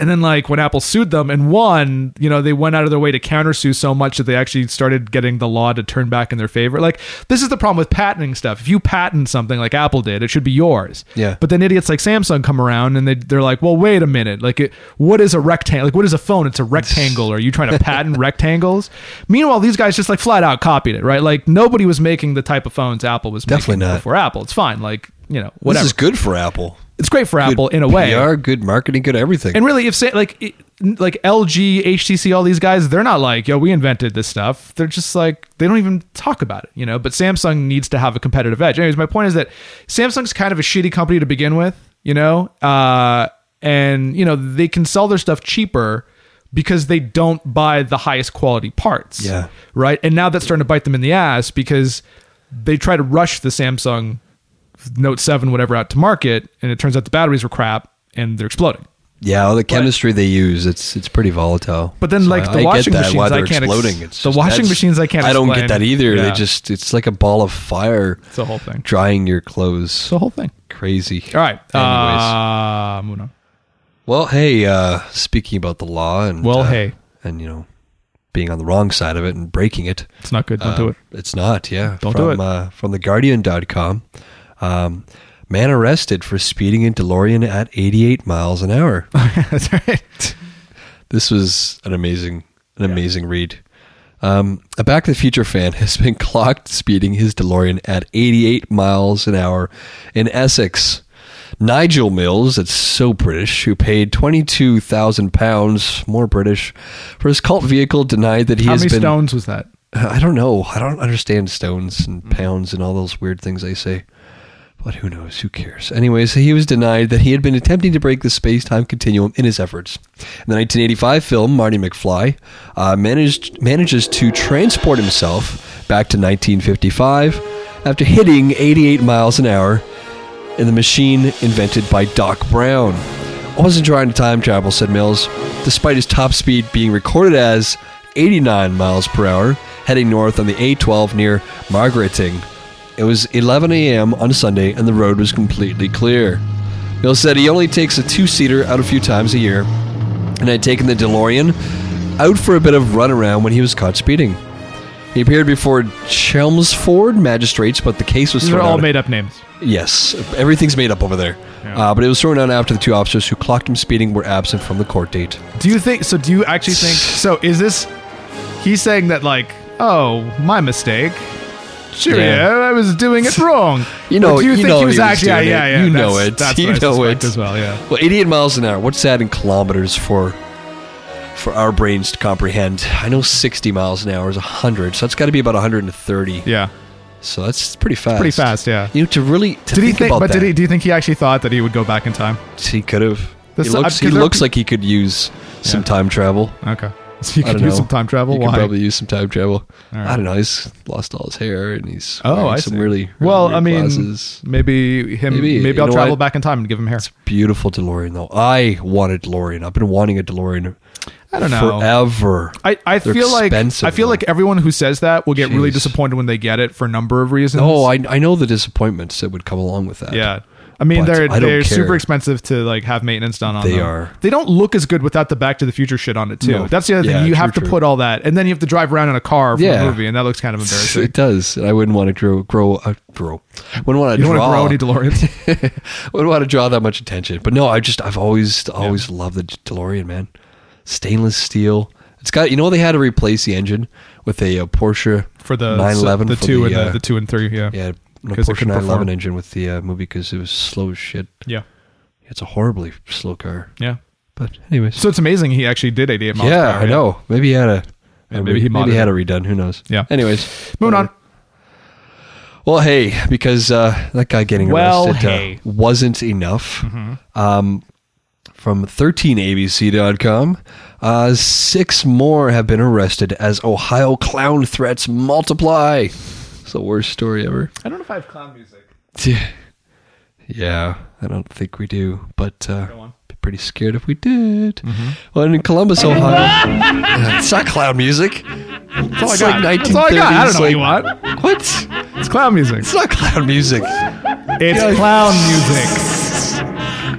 [SPEAKER 1] And then like when Apple sued them and won, you know, they went out of their way to countersue so much that they actually started getting the law to turn back in their favor. Like this is the problem with patenting stuff. If you patent something like Apple did, it should be yours.
[SPEAKER 2] Yeah.
[SPEAKER 1] But then idiots like Samsung come around and they they're like, well, wait a minute, like it, what is a rectangle? Like what is a phone? It's a rectangle. Are you trying to
[SPEAKER 2] <laughs>
[SPEAKER 1] patent rectangles? Meanwhile, these guys just like flat out copied it, right? Like nobody was making the type of phones Apple was
[SPEAKER 2] Definitely
[SPEAKER 1] making
[SPEAKER 2] not.
[SPEAKER 1] before Apple. It's fine, like you know,
[SPEAKER 2] This
[SPEAKER 1] whatever.
[SPEAKER 2] is good for Apple.
[SPEAKER 1] it's great for Apple
[SPEAKER 2] Good
[SPEAKER 1] in a way.
[SPEAKER 2] PR, good marketing, good everything.
[SPEAKER 1] And really, if say like it- like LG, HTC, all these guys, they're not like yo, we invented this stuff. They're just like they don't even talk about it, you know. But Samsung needs to have a competitive edge. Anyways, my point is that Samsung's kind of a shitty company to begin with, you know, uh, and you know they can sell their stuff cheaper, because they don't buy the highest quality parts.
[SPEAKER 2] Yeah.
[SPEAKER 1] Right. And now that's starting to bite them in the ass because they try to rush the Samsung Note 7, whatever, out to market. And it turns out the batteries were crap and they're exploding.
[SPEAKER 2] Yeah, all the chemistry they use, it's it's pretty volatile.
[SPEAKER 1] But then,
[SPEAKER 2] So
[SPEAKER 1] like, the
[SPEAKER 2] I- I get
[SPEAKER 1] washing
[SPEAKER 2] that,
[SPEAKER 1] machines,
[SPEAKER 2] why
[SPEAKER 1] I
[SPEAKER 2] they're
[SPEAKER 1] can't ex-
[SPEAKER 2] exploding. It's
[SPEAKER 1] the
[SPEAKER 2] just-
[SPEAKER 1] washing
[SPEAKER 2] that's-
[SPEAKER 1] machines, I can't
[SPEAKER 2] I don't
[SPEAKER 1] explain.
[SPEAKER 2] get that either.
[SPEAKER 1] Yeah.
[SPEAKER 2] They just it's like a ball of fire.
[SPEAKER 1] It's the whole thing.
[SPEAKER 2] drying your clothes.
[SPEAKER 1] It's the whole thing.
[SPEAKER 2] Crazy.
[SPEAKER 1] All right. Uh,
[SPEAKER 2] Anyways.
[SPEAKER 1] moving on.
[SPEAKER 2] well, hey, uh, speaking about the law and
[SPEAKER 1] Well,
[SPEAKER 2] uh,
[SPEAKER 1] hey.
[SPEAKER 2] and you know, being on the wrong side of it and breaking it.
[SPEAKER 1] It's not good. Don't do it.
[SPEAKER 2] It's not, yeah.
[SPEAKER 1] Don't do it.
[SPEAKER 2] from, Uh, from theguardian.com. Um, man arrested for speeding in DeLorean at 88 miles
[SPEAKER 1] <laughs>
[SPEAKER 2] an hour.
[SPEAKER 1] <laughs> That's right.
[SPEAKER 2] this was an amazing, an amazing read. Um, a Back to the Future fan <laughs> has been clocked speeding his DeLorean at 88 miles an hour in Essex. Nigel Mills, that's so British, who paid 22,000 pounds, more British, for his cult vehicle, denied that he
[SPEAKER 1] How
[SPEAKER 2] has
[SPEAKER 1] many
[SPEAKER 2] been
[SPEAKER 1] stones was that?
[SPEAKER 2] I don't know. I don't understand stones and pounds and all those weird things they say. But who knows? Who cares? Anyways, he was denied that he had been attempting to break the space time continuum in his efforts. In the 1985 film, Marty McFly uh, managed, manages to transport himself back to 1955 after hitting 88 miles an hour in the machine invented by Doc Brown. I wasn't trying to time travel, said Mills, despite his top speed being recorded as 89 miles per hour, heading north on the A12 near Margareting. It was 11 a.m. on Sunday, and the road was completely clear. Mills said he only takes a two seater out a few times a year, and had taken the DeLorean out for a bit of runaround when he was caught speeding. He appeared before Chelmsford magistrates, but the case was
[SPEAKER 1] These are
[SPEAKER 2] thrown
[SPEAKER 1] all
[SPEAKER 2] out.
[SPEAKER 1] made up names.
[SPEAKER 2] Yes, everything's made up over there.
[SPEAKER 1] Yeah.
[SPEAKER 2] Uh, but it was thrown out after the two officers who clocked him speeding were absent from the court date.
[SPEAKER 1] Do you think so? Do you actually think so? Is this he's saying that like, oh, my mistake. Sure, yeah,
[SPEAKER 2] Yeah.
[SPEAKER 1] I was doing
[SPEAKER 2] <laughs>
[SPEAKER 1] it wrong.
[SPEAKER 2] You know-
[SPEAKER 1] Or do you,
[SPEAKER 2] you
[SPEAKER 1] think
[SPEAKER 2] know
[SPEAKER 1] he was
[SPEAKER 2] he was
[SPEAKER 1] actually?
[SPEAKER 2] doing
[SPEAKER 1] yeah,
[SPEAKER 2] it.
[SPEAKER 1] yeah, yeah.
[SPEAKER 2] You
[SPEAKER 1] that's-
[SPEAKER 2] know it.
[SPEAKER 1] That's
[SPEAKER 2] <laughs> You
[SPEAKER 1] what I
[SPEAKER 2] know
[SPEAKER 1] suspect
[SPEAKER 2] it.
[SPEAKER 1] as well. Yeah.
[SPEAKER 2] Well, 88 miles an hour. What's that in kilometers for for our brains to comprehend? I know 60 miles an hour is 100, so that's got to be about 130.
[SPEAKER 1] Yeah.
[SPEAKER 2] So that's pretty fast.
[SPEAKER 1] Pretty fast. Yeah.
[SPEAKER 2] You know, to really to
[SPEAKER 1] Did he
[SPEAKER 2] think,
[SPEAKER 1] think?
[SPEAKER 2] about
[SPEAKER 1] But
[SPEAKER 2] that,
[SPEAKER 1] did he? Do you think he actually thought that he would go back in time?
[SPEAKER 2] he, could have.
[SPEAKER 1] This-
[SPEAKER 2] He looks,
[SPEAKER 1] I-
[SPEAKER 2] he
[SPEAKER 1] 'cause there are
[SPEAKER 2] looks
[SPEAKER 1] peop-
[SPEAKER 2] like he could use some
[SPEAKER 1] Yeah.
[SPEAKER 2] time travel.
[SPEAKER 1] Okay. <laughs> So you
[SPEAKER 2] I
[SPEAKER 1] could
[SPEAKER 2] don't
[SPEAKER 1] do
[SPEAKER 2] know.
[SPEAKER 1] some time travel.
[SPEAKER 2] You
[SPEAKER 1] Why?
[SPEAKER 2] could probably use some time travel.
[SPEAKER 1] All right.
[SPEAKER 2] I don't know. He's lost all his hair and he's
[SPEAKER 1] oh,
[SPEAKER 2] wearing
[SPEAKER 1] I
[SPEAKER 2] some
[SPEAKER 1] see.
[SPEAKER 2] really, really
[SPEAKER 1] well,
[SPEAKER 2] weird
[SPEAKER 1] I mean,
[SPEAKER 2] glasses.
[SPEAKER 1] maybe him.
[SPEAKER 2] Maybe,
[SPEAKER 1] Maybe,
[SPEAKER 2] you
[SPEAKER 1] I'll
[SPEAKER 2] know
[SPEAKER 1] travel
[SPEAKER 2] what?
[SPEAKER 1] back in time and give him hair.
[SPEAKER 2] Beautiful DeLorean though. I want a DeLorean. I've been wanting a DeLorean.
[SPEAKER 1] I don't know.
[SPEAKER 2] Forever.
[SPEAKER 1] I, I
[SPEAKER 2] They're
[SPEAKER 1] feel like
[SPEAKER 2] expensive,
[SPEAKER 1] I feel
[SPEAKER 2] though.
[SPEAKER 1] like everyone who says that will get really
[SPEAKER 2] Jeez.
[SPEAKER 1] disappointed when they get it for a number of reasons.
[SPEAKER 2] oh, I I know the disappointments that would come along with that. <laughs>
[SPEAKER 1] yeah. I mean,
[SPEAKER 2] But
[SPEAKER 1] they're
[SPEAKER 2] I don't
[SPEAKER 1] they're super
[SPEAKER 2] care.
[SPEAKER 1] expensive to like have maintenance done on.
[SPEAKER 2] They
[SPEAKER 1] them.
[SPEAKER 2] are.
[SPEAKER 1] They don't look as good without the Back to the Future shit on it too.
[SPEAKER 2] No.
[SPEAKER 1] That's the other
[SPEAKER 2] Yeah,
[SPEAKER 1] thing. You
[SPEAKER 2] true,
[SPEAKER 1] have to
[SPEAKER 2] true.
[SPEAKER 1] put all that, and then you have to drive around in a car for
[SPEAKER 2] Yeah.
[SPEAKER 1] a movie, and that looks kind
[SPEAKER 2] <laughs>
[SPEAKER 1] of embarrassing.
[SPEAKER 2] It does. And I wouldn't want to grow grow uh, grow. Wouldn't want to
[SPEAKER 1] you don't
[SPEAKER 2] draw. <laughs>
[SPEAKER 1] want to grow any DeLoreans.
[SPEAKER 2] wouldn't want to draw that much attention. But no, I just I've always always loved the DeLorean, man. Stainless steel. It's got you know they had to replace the engine with a, uh Porsche
[SPEAKER 1] for the
[SPEAKER 2] 911
[SPEAKER 1] the
[SPEAKER 2] for
[SPEAKER 1] two and
[SPEAKER 2] uh,
[SPEAKER 1] the, the two and three. Yeah,
[SPEAKER 2] yeah a
[SPEAKER 1] because it
[SPEAKER 2] Porsche
[SPEAKER 1] couldn't
[SPEAKER 2] 911
[SPEAKER 1] perform.
[SPEAKER 2] engine with the uh, movie because it was slow as shit.
[SPEAKER 1] yeah,
[SPEAKER 2] It's a horribly slow car.
[SPEAKER 1] yeah.
[SPEAKER 2] But anyways,
[SPEAKER 1] So it's amazing he actually did 88 miles. per
[SPEAKER 2] yeah,
[SPEAKER 1] hour,
[SPEAKER 2] I know. Maybe he had a,
[SPEAKER 1] Yeah, maybe he
[SPEAKER 2] maybe
[SPEAKER 1] modded
[SPEAKER 2] had a redone. Who knows?
[SPEAKER 1] Yeah.
[SPEAKER 2] Anyways,
[SPEAKER 1] Moving on.
[SPEAKER 2] Well, hey, because uh, that guy getting
[SPEAKER 1] Well,
[SPEAKER 2] arrested uh,
[SPEAKER 1] hey.
[SPEAKER 2] wasn't enough. Um, from 13abc.com, uh, six more have been arrested as Ohio clown threats multiply. It's the worst story ever.
[SPEAKER 1] I don't know if I have clown music.
[SPEAKER 2] Yeah, I don't think we do, but uh,
[SPEAKER 1] Go on.
[SPEAKER 2] be pretty scared if we did. Well, in Columbus, Ohio,
[SPEAKER 1] <laughs>
[SPEAKER 2] Yeah, it's not clown music. It's
[SPEAKER 1] That's all I
[SPEAKER 2] like
[SPEAKER 1] got. That's all I got. I don't
[SPEAKER 2] 1930s,
[SPEAKER 1] know
[SPEAKER 2] like-
[SPEAKER 1] what you want.
[SPEAKER 2] What?
[SPEAKER 1] It's clown <laughs> music.
[SPEAKER 2] It's not clown music.
[SPEAKER 1] It's clown music.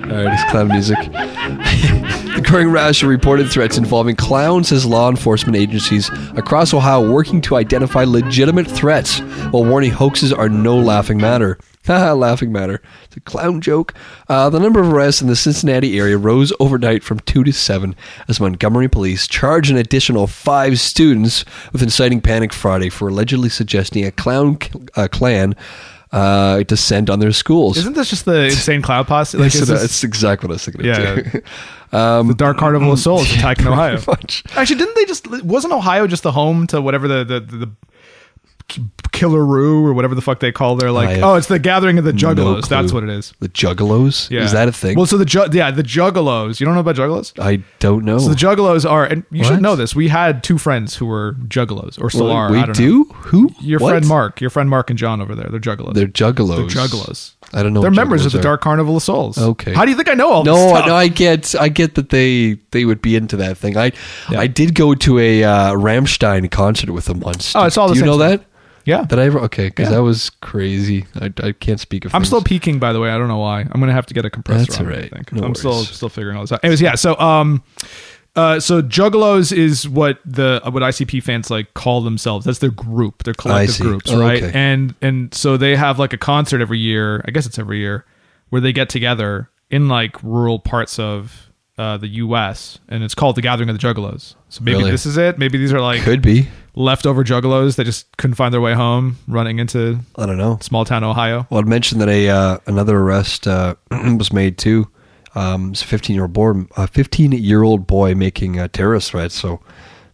[SPEAKER 2] All right, it's clown music. <laughs> the growing rash of reported threats involving clowns has law enforcement agencies across Ohio working to identify legitimate threats while warning hoaxes are no laughing matter. <laughs> Haha, laughing matter. It's a clown joke. Uh, the number of arrests in the Cincinnati area rose overnight from 2 to 7 as Montgomery police charged an additional five students with inciting panic Friday for allegedly suggesting a clown uh, clan uh, descend on their schools. <laughs>
[SPEAKER 1] Isn't this just the insane cloud posse? Like,
[SPEAKER 2] So
[SPEAKER 1] is Um,
[SPEAKER 2] that-
[SPEAKER 1] this
[SPEAKER 2] it's exactly what I was
[SPEAKER 1] <laughs>
[SPEAKER 2] thinking
[SPEAKER 1] Yeah.
[SPEAKER 2] of too.
[SPEAKER 1] the Dark Carnival of Souls attacking Ohio? <laughs>
[SPEAKER 2] <laughs> Pretty much.
[SPEAKER 1] Actually, didn't they just? Wasn't Ohio just the home to whatever the the the, the Killaroo or whatever the fuck they call their
[SPEAKER 2] I
[SPEAKER 1] like.
[SPEAKER 2] have
[SPEAKER 1] Oh, it's the Gathering of the
[SPEAKER 2] No
[SPEAKER 1] Juggalos. That's
[SPEAKER 2] clue.
[SPEAKER 1] what it is.
[SPEAKER 2] The Juggalos?
[SPEAKER 1] Yeah.
[SPEAKER 2] Is that a thing?
[SPEAKER 1] Well, so the ju- yeah the Juggalos. You don't know about Juggalos?
[SPEAKER 2] I don't know.
[SPEAKER 1] So the Juggalos are, and you
[SPEAKER 2] What?
[SPEAKER 1] should know this. We had two friends who were Juggalos or
[SPEAKER 2] Well,
[SPEAKER 1] Solar.
[SPEAKER 2] we
[SPEAKER 1] I don't know.
[SPEAKER 2] do? Who?
[SPEAKER 1] Your
[SPEAKER 2] What?
[SPEAKER 1] friend Mark, your friend Mark and John over there. They're Juggalos.
[SPEAKER 2] They're Juggalos.
[SPEAKER 1] They're Juggalos.
[SPEAKER 2] I don't know.
[SPEAKER 1] They're
[SPEAKER 2] what
[SPEAKER 1] members of
[SPEAKER 2] Juggalos
[SPEAKER 1] the
[SPEAKER 2] are.
[SPEAKER 1] Dark Carnival of Souls.
[SPEAKER 2] Okay.
[SPEAKER 1] How do you think I know all this
[SPEAKER 2] No,
[SPEAKER 1] stuff?
[SPEAKER 2] no, I get, I get that they they would be into that thing. I, I did go to a uh, Ramstein concert with them once.
[SPEAKER 1] Oh, it's all the
[SPEAKER 2] Do you
[SPEAKER 1] same
[SPEAKER 2] know
[SPEAKER 1] stuff.
[SPEAKER 2] that?
[SPEAKER 1] yeah.
[SPEAKER 2] That I ever okay because
[SPEAKER 1] Yeah.
[SPEAKER 2] that was crazy. I, I can't speak of.
[SPEAKER 1] I'm
[SPEAKER 2] things.
[SPEAKER 1] still peaking, by the way. I don't know why. I'm gonna have to get a compressor.
[SPEAKER 2] That's
[SPEAKER 1] on
[SPEAKER 2] all
[SPEAKER 1] it,
[SPEAKER 2] right.
[SPEAKER 1] I think.
[SPEAKER 2] No
[SPEAKER 1] I'm
[SPEAKER 2] worries.
[SPEAKER 1] still still figuring all this out. Anyways, yeah. So um, uh, so Juggalos is what the what ICP fans like call themselves. That's their group. Their collective
[SPEAKER 2] see.
[SPEAKER 1] groups,
[SPEAKER 2] Oh,
[SPEAKER 1] right?
[SPEAKER 2] okay.
[SPEAKER 1] And and so they have like a concert every year. I guess it's every year where they get together in like rural parts of. Uh, the U.S. and it's called the Gathering of the Juggalos. So maybe
[SPEAKER 2] Really?
[SPEAKER 1] this is it. Maybe these are like
[SPEAKER 2] could be.
[SPEAKER 1] leftover Juggalos that just couldn't find their way home, running into
[SPEAKER 2] I don't know.
[SPEAKER 1] small town Ohio.
[SPEAKER 2] Well, I'd mention that a uh, another arrest uh, <clears throat> was made too. Um, it's a 15 year old boy, a 15 year old boy making uh, terrorist threats. So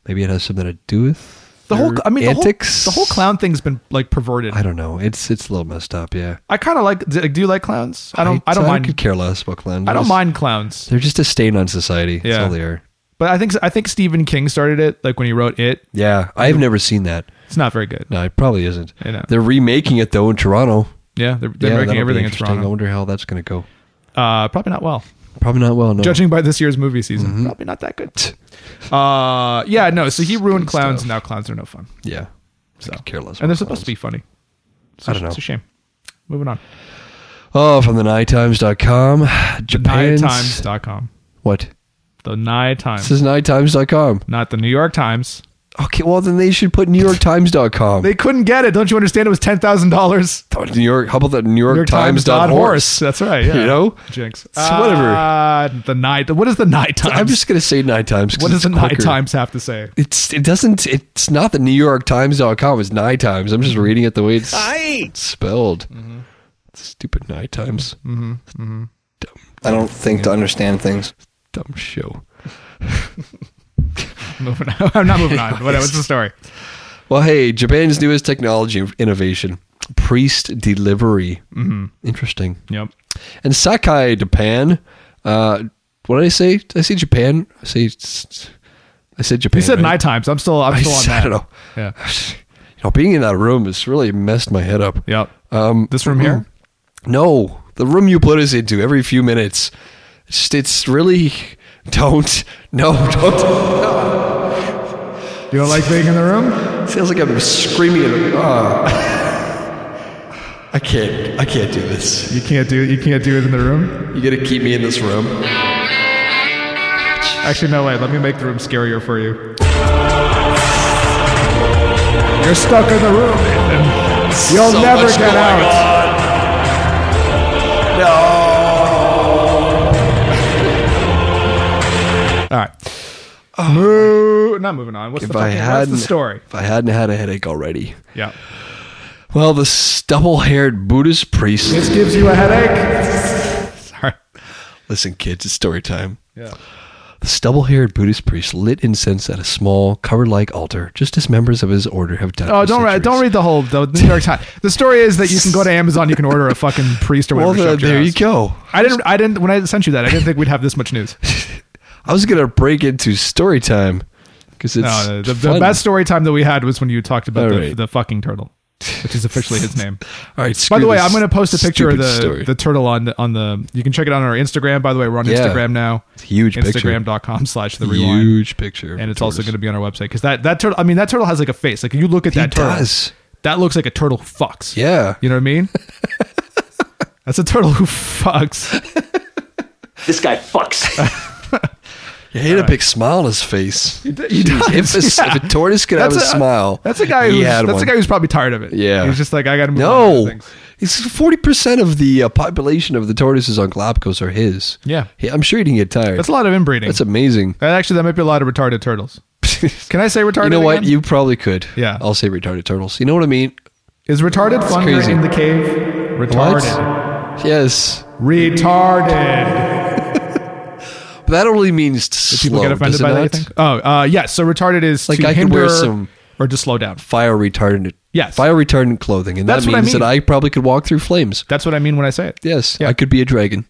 [SPEAKER 2] maybe it has something to do with
[SPEAKER 1] the whole
[SPEAKER 2] their
[SPEAKER 1] i mean the whole,
[SPEAKER 2] antics?
[SPEAKER 1] the whole clown thing's been like perverted
[SPEAKER 2] I
[SPEAKER 1] i,
[SPEAKER 2] don't know. It's it's a little messed up. Yeah.
[SPEAKER 1] kind of like do, do you like clowns i don't i, don't
[SPEAKER 2] I could
[SPEAKER 1] mind
[SPEAKER 2] care less about clowns.
[SPEAKER 1] i don't
[SPEAKER 2] Just-
[SPEAKER 1] mind clowns
[SPEAKER 2] uh, They're just a stain on society. That's
[SPEAKER 1] Yeah.
[SPEAKER 2] all they are.
[SPEAKER 1] but i think i think stephen king started it like when he wrote it
[SPEAKER 2] Yeah, I've never seen that.
[SPEAKER 1] it's not very good
[SPEAKER 2] No, it probably isn't.
[SPEAKER 1] I know.
[SPEAKER 2] They're remaking it though in Toronto.
[SPEAKER 1] yeah they're, they're
[SPEAKER 2] yeah, that'll
[SPEAKER 1] making
[SPEAKER 2] be
[SPEAKER 1] everything in
[SPEAKER 2] interesting. Oh. I
[SPEAKER 1] toronto
[SPEAKER 2] wonder how that's going to go.
[SPEAKER 1] uh probably not well
[SPEAKER 2] Probably not well. No.
[SPEAKER 1] judging by this year's movie season
[SPEAKER 2] Mm-hmm.
[SPEAKER 1] probably not that good uh yeah no so he ruined clowns and now clowns are no fun
[SPEAKER 2] Yeah. So.
[SPEAKER 1] So.
[SPEAKER 2] Care less.
[SPEAKER 1] and they're
[SPEAKER 2] about
[SPEAKER 1] supposed
[SPEAKER 2] clowns.
[SPEAKER 1] to be funny
[SPEAKER 2] I don't know.
[SPEAKER 1] it's a shame moving on
[SPEAKER 2] Oh, from the nighttimes.com. Japan's.
[SPEAKER 1] nightimes.com
[SPEAKER 2] What?
[SPEAKER 1] the night
[SPEAKER 2] This
[SPEAKER 1] times
[SPEAKER 2] is nighttimes.com.
[SPEAKER 1] not the new york times
[SPEAKER 2] Okay, well, then they should put New York Times.com.
[SPEAKER 1] they couldn't get it don't you understand it was ten thousand dollars
[SPEAKER 2] New York, how about that New York,
[SPEAKER 1] New York Times dot horse. That's right. Yeah.
[SPEAKER 2] You know?
[SPEAKER 1] jinx.
[SPEAKER 2] whatever.
[SPEAKER 1] Uh, the night. What is the night times?
[SPEAKER 2] I'm just going to say Night Times. 'cause
[SPEAKER 1] what does
[SPEAKER 2] it's
[SPEAKER 1] the night
[SPEAKER 2] quicker.
[SPEAKER 1] times have to say?
[SPEAKER 2] It's, it doesn't, it's not the New York Times.com. It's Night Times. I'm just reading it the way it's spelled.
[SPEAKER 1] Mm-hmm.
[SPEAKER 2] Stupid Night Times. Mm-hmm. Dumb. I don't think to understand things. Dumb show.
[SPEAKER 1] Moving on. <laughs> I'm not moving on. but Whatever. What's the story?
[SPEAKER 2] Well, hey, Japan's newest technology innovation, priest delivery. Mm-hmm. Interesting.
[SPEAKER 1] Yep.
[SPEAKER 2] And Sakai Japan. Uh, what did I say? Did I say Japan? I say I said Japan.
[SPEAKER 1] He said
[SPEAKER 2] right?
[SPEAKER 1] night times. I'm still. I'm
[SPEAKER 2] <laughs> I,
[SPEAKER 1] still on
[SPEAKER 2] said- I
[SPEAKER 1] that.
[SPEAKER 2] don't know.
[SPEAKER 1] Yeah.
[SPEAKER 2] You know, being in that room has really messed my head up.
[SPEAKER 1] Yep.
[SPEAKER 2] Um,
[SPEAKER 1] This room here.
[SPEAKER 2] No, the room you put us into every few minutes. It's, just- it's really don't no <laughs> don't. mm-hmm.
[SPEAKER 1] You don't like being in the room?
[SPEAKER 2] It feels like I'm screaming. At, Ah. I can't. I can't do this.
[SPEAKER 1] You can't do. You can't do it in the room.
[SPEAKER 2] You gotta keep me in this room.
[SPEAKER 1] Actually, no way. Let me make the room scarier for you. You're stuck in the room. Ethan. You'll
[SPEAKER 2] So
[SPEAKER 1] never
[SPEAKER 2] much
[SPEAKER 1] get
[SPEAKER 2] going
[SPEAKER 1] out. All right. Moo. Oh, Not moving on. What's the
[SPEAKER 2] If I
[SPEAKER 1] fucking, what's
[SPEAKER 2] hadn't,
[SPEAKER 1] the story?
[SPEAKER 2] If I hadn't had a headache already.
[SPEAKER 1] Yeah.
[SPEAKER 2] Well, the stubble-haired Buddhist priest.
[SPEAKER 1] This gives you a headache. Sorry.
[SPEAKER 2] Listen, kids, it's story time.
[SPEAKER 1] Yeah.
[SPEAKER 2] The stubble-haired Buddhist priest lit incense at a small, cover-like altar, just as members of his order have done.
[SPEAKER 1] Oh,
[SPEAKER 2] for
[SPEAKER 1] don't read.
[SPEAKER 2] centuries.
[SPEAKER 1] Don't read the whole the New York Times. The story is that you can go to Amazon. You can order a fucking priest or
[SPEAKER 2] Well,
[SPEAKER 1] whatever.
[SPEAKER 2] the-
[SPEAKER 1] shoved your
[SPEAKER 2] there you
[SPEAKER 1] ass.
[SPEAKER 2] go.
[SPEAKER 1] I didn't. I didn't. When I sent you that, I didn't think we'd have this much <laughs> news.
[SPEAKER 2] I was gonna break into story time because it's
[SPEAKER 1] No, the, the
[SPEAKER 2] fun.
[SPEAKER 1] best story time that we had was when you talked about the,
[SPEAKER 2] All right.
[SPEAKER 1] the fucking turtle, which is officially his <laughs> name.
[SPEAKER 2] All
[SPEAKER 1] By
[SPEAKER 2] right. screw
[SPEAKER 1] the way,
[SPEAKER 2] this
[SPEAKER 1] I'm going to post a picture of
[SPEAKER 2] stupid
[SPEAKER 1] the
[SPEAKER 2] story.
[SPEAKER 1] the turtle on the, on the. You can check it out on our Instagram. By the way, we're on
[SPEAKER 2] Yeah.
[SPEAKER 1] Instagram now.
[SPEAKER 2] It's a huge picture.
[SPEAKER 1] Instagram.com slash the rewind.
[SPEAKER 2] huge picture,
[SPEAKER 1] And it's also going to be on our website because that, that turtle, I mean, that turtle has like a face. Like, you look at that turtle.
[SPEAKER 2] does.
[SPEAKER 1] That looks like a turtle who fucks.
[SPEAKER 2] Yeah.
[SPEAKER 1] You know what I
[SPEAKER 2] <laughs>
[SPEAKER 1] mean? That's a turtle who fucks.
[SPEAKER 4] This guy fucks.
[SPEAKER 2] You hate a big smile on his face. He
[SPEAKER 1] d- he does,
[SPEAKER 2] <laughs> If a,
[SPEAKER 1] yeah.
[SPEAKER 2] if a tortoise could have a, smile,
[SPEAKER 1] That's a guy
[SPEAKER 2] he
[SPEAKER 1] who's,
[SPEAKER 2] had
[SPEAKER 1] that's
[SPEAKER 2] one.
[SPEAKER 1] a guy who's probably tired of it.
[SPEAKER 2] Yeah.
[SPEAKER 1] He's just like, I got to move on. to other
[SPEAKER 2] No,
[SPEAKER 1] things.
[SPEAKER 2] it's forty percent of the uh, population of the tortoises on Galapagos are his.
[SPEAKER 1] Yeah.
[SPEAKER 2] He- I'm sure he didn't get tired.
[SPEAKER 1] That's a lot of inbreeding.
[SPEAKER 2] That's amazing. <laughs>
[SPEAKER 1] That actually, that might be a lot of retarded turtles. Can I say retarded?
[SPEAKER 2] you know what?
[SPEAKER 1] again?
[SPEAKER 2] You probably could.
[SPEAKER 1] Yeah.
[SPEAKER 2] I'll say retarded turtles. You know what I mean?
[SPEAKER 1] is retarded fun
[SPEAKER 2] crazy.
[SPEAKER 1] in the cave?
[SPEAKER 2] What?
[SPEAKER 1] Retarded.
[SPEAKER 2] Yes,
[SPEAKER 1] Retarded.
[SPEAKER 2] but that only means slow.
[SPEAKER 1] People get offended
[SPEAKER 2] does it
[SPEAKER 1] by that.
[SPEAKER 2] not?
[SPEAKER 1] You think? Oh, uh, yes. So retarded is
[SPEAKER 2] Like
[SPEAKER 1] to
[SPEAKER 2] I could
[SPEAKER 1] hinder
[SPEAKER 2] wear some
[SPEAKER 1] or just slow down.
[SPEAKER 2] fire retardant.
[SPEAKER 1] Yes.
[SPEAKER 2] Fire retardant clothing, and
[SPEAKER 1] That's
[SPEAKER 2] that
[SPEAKER 1] what I
[SPEAKER 2] means that
[SPEAKER 1] mean.
[SPEAKER 2] I probably could walk through flames.
[SPEAKER 1] That's what I mean when I say it.
[SPEAKER 2] Yes,
[SPEAKER 1] Yeah.
[SPEAKER 2] I could be a dragon.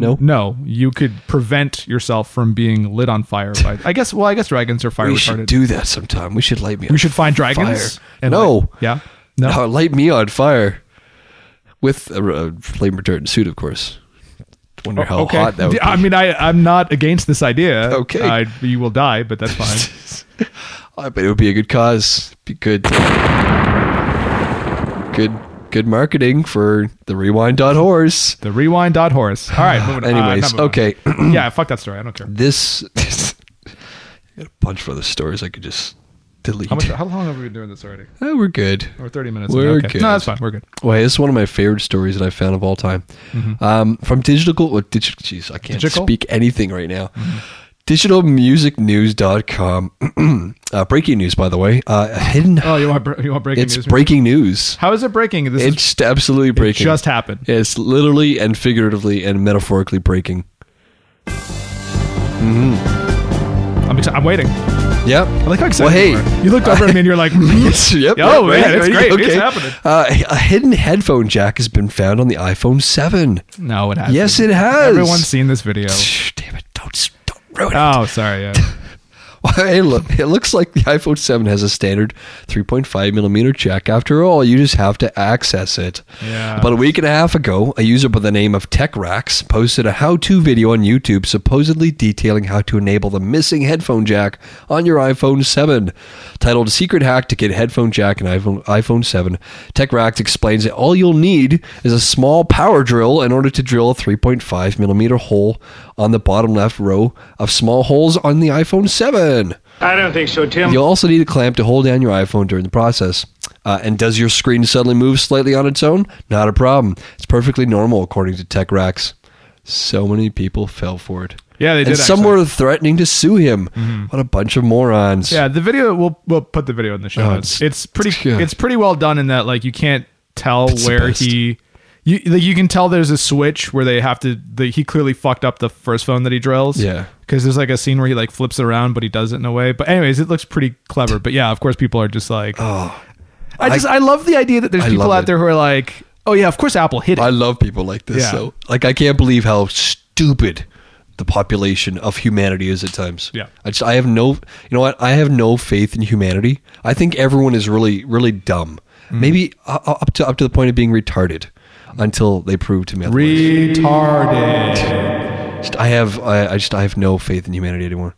[SPEAKER 2] No,
[SPEAKER 1] No, you could prevent yourself from being lit on fire by. I guess. Well, I guess dragons are fire
[SPEAKER 2] we should
[SPEAKER 1] retarded.
[SPEAKER 2] do that sometime. We should light me.
[SPEAKER 1] we
[SPEAKER 2] on
[SPEAKER 1] should find dragons.
[SPEAKER 2] Fire.
[SPEAKER 1] and
[SPEAKER 2] No.
[SPEAKER 1] like- yeah.
[SPEAKER 2] <laughs>
[SPEAKER 1] No.
[SPEAKER 2] Oh, light me on fire with a, a flame retardant suit, of course. Wonder how
[SPEAKER 1] Oh, okay.
[SPEAKER 2] hot that would
[SPEAKER 1] Yeah, I
[SPEAKER 2] be.
[SPEAKER 1] mean, I I'm not against this idea.
[SPEAKER 2] Okay.
[SPEAKER 1] I, you will die, but that's fine.
[SPEAKER 2] <laughs> I bet it would be a good cause. Be good. Good. Good marketing for the rewind dot horse.
[SPEAKER 1] the rewind dot horse. All right. Moving on. Uh,
[SPEAKER 2] Anyways,
[SPEAKER 1] not moving
[SPEAKER 2] okay.
[SPEAKER 1] on. <clears throat> yeah. Fuck that story. I don't care.
[SPEAKER 2] this, <laughs> this I got a bunch of other stories I could just delete.
[SPEAKER 1] How
[SPEAKER 2] <clears throat>
[SPEAKER 1] much? How long have we been doing this already?
[SPEAKER 2] Oh, we're good.
[SPEAKER 1] We're 30 minutes.
[SPEAKER 2] We're
[SPEAKER 1] okay.
[SPEAKER 2] good.
[SPEAKER 1] No, that's fine. We're good.
[SPEAKER 2] Wait, this is one of my favorite stories that I found of all time. Um, from digital, well, digital, jeez, I can't
[SPEAKER 1] Mm-hmm. Digital? Mm-hmm.
[SPEAKER 2] speak anything right now. Digitalmusicnews.com. <clears throat> uh, breaking news, by the way. Uh, hidden.
[SPEAKER 1] Oh, you want br- you want breaking
[SPEAKER 2] it's
[SPEAKER 1] news?
[SPEAKER 2] breaking news.
[SPEAKER 1] How is it breaking? This is
[SPEAKER 2] It's just absolutely breaking.
[SPEAKER 1] just happened.
[SPEAKER 2] It's literally and figuratively and metaphorically breaking.
[SPEAKER 1] I'm, ex- I'm waiting.
[SPEAKER 2] Yep.
[SPEAKER 1] I like how excited
[SPEAKER 2] Well, hey.
[SPEAKER 1] you are. You looked over at me and you're like, <laughs>
[SPEAKER 2] <laughs> Yes, yep.
[SPEAKER 1] Oh,
[SPEAKER 2] right,
[SPEAKER 1] yeah, it's
[SPEAKER 2] right,
[SPEAKER 1] great. It's
[SPEAKER 2] okay.
[SPEAKER 1] happening.
[SPEAKER 2] Uh, a hidden headphone jack has been found on the iPhone 7.
[SPEAKER 1] No, it has.
[SPEAKER 2] Yes, it has.
[SPEAKER 1] Everyone's seen this
[SPEAKER 2] <laughs>
[SPEAKER 1] video.
[SPEAKER 2] Damn it! Don't don't ruin it.
[SPEAKER 1] Oh, sorry. Yeah.
[SPEAKER 2] <laughs> Hey, look, it looks like the iPhone 7 has a standard 3.5 millimeter jack. After all, you just have to access it.
[SPEAKER 1] Yeah.
[SPEAKER 2] About a week and a half ago, a user by the name of TechRax posted a how-to video on YouTube, supposedly detailing how to enable the missing headphone jack on your iPhone 7. Titled "Secret Hack to Get Headphone Jack and iPhone iPhone 7," TechRax explains that all you'll need is a small power drill in order to drill a 3.5 millimeter hole on the bottom left row of small holes on the iPhone 7.
[SPEAKER 5] I don't think so, Tim.
[SPEAKER 2] You'll also need a clamp to hold down your iPhone during the process. Uh, and does your screen suddenly move slightly on its own? Not a problem. It's perfectly normal, according to TechRax. So many people fell for it.
[SPEAKER 1] Yeah, they
[SPEAKER 2] and
[SPEAKER 1] did,
[SPEAKER 2] Some
[SPEAKER 1] actually. Mm-hmm.
[SPEAKER 2] were threatening to sue him. What a bunch of morons.
[SPEAKER 1] yeah, the video. We'll we'll put the video in the show
[SPEAKER 2] Oh,
[SPEAKER 1] notes.
[SPEAKER 2] it's-
[SPEAKER 1] It's, pretty.
[SPEAKER 2] yeah.
[SPEAKER 1] It's pretty well done in that like you can't tell
[SPEAKER 2] the
[SPEAKER 1] where
[SPEAKER 2] best.
[SPEAKER 1] he. You, like, you can tell there's a switch where they have to. The, he clearly fucked up the first phone that he drills.
[SPEAKER 2] Yeah.
[SPEAKER 1] because there's like a scene where he like flips it around, but he does it in a way. But anyways, it looks pretty clever. But yeah, of course, people are just like, I just I, love the idea that there's
[SPEAKER 2] Oh, I
[SPEAKER 1] people
[SPEAKER 2] love
[SPEAKER 1] out
[SPEAKER 2] it.
[SPEAKER 1] there who are like, oh yeah, of course Apple hit it.
[SPEAKER 2] I love people like this.
[SPEAKER 1] Yeah.
[SPEAKER 2] though. like, I can't believe how stupid the population of humanity is at times.
[SPEAKER 1] Yeah.
[SPEAKER 2] I just, I have no, you know what? I have no faith in humanity. I think everyone is really, really dumb.
[SPEAKER 1] Mm.
[SPEAKER 2] Maybe uh, uh, up to up to the point of being retarded, until they prove to me otherwise.
[SPEAKER 1] Retarded.
[SPEAKER 2] Just- I have, I, I just, I have no faith in humanity anymore.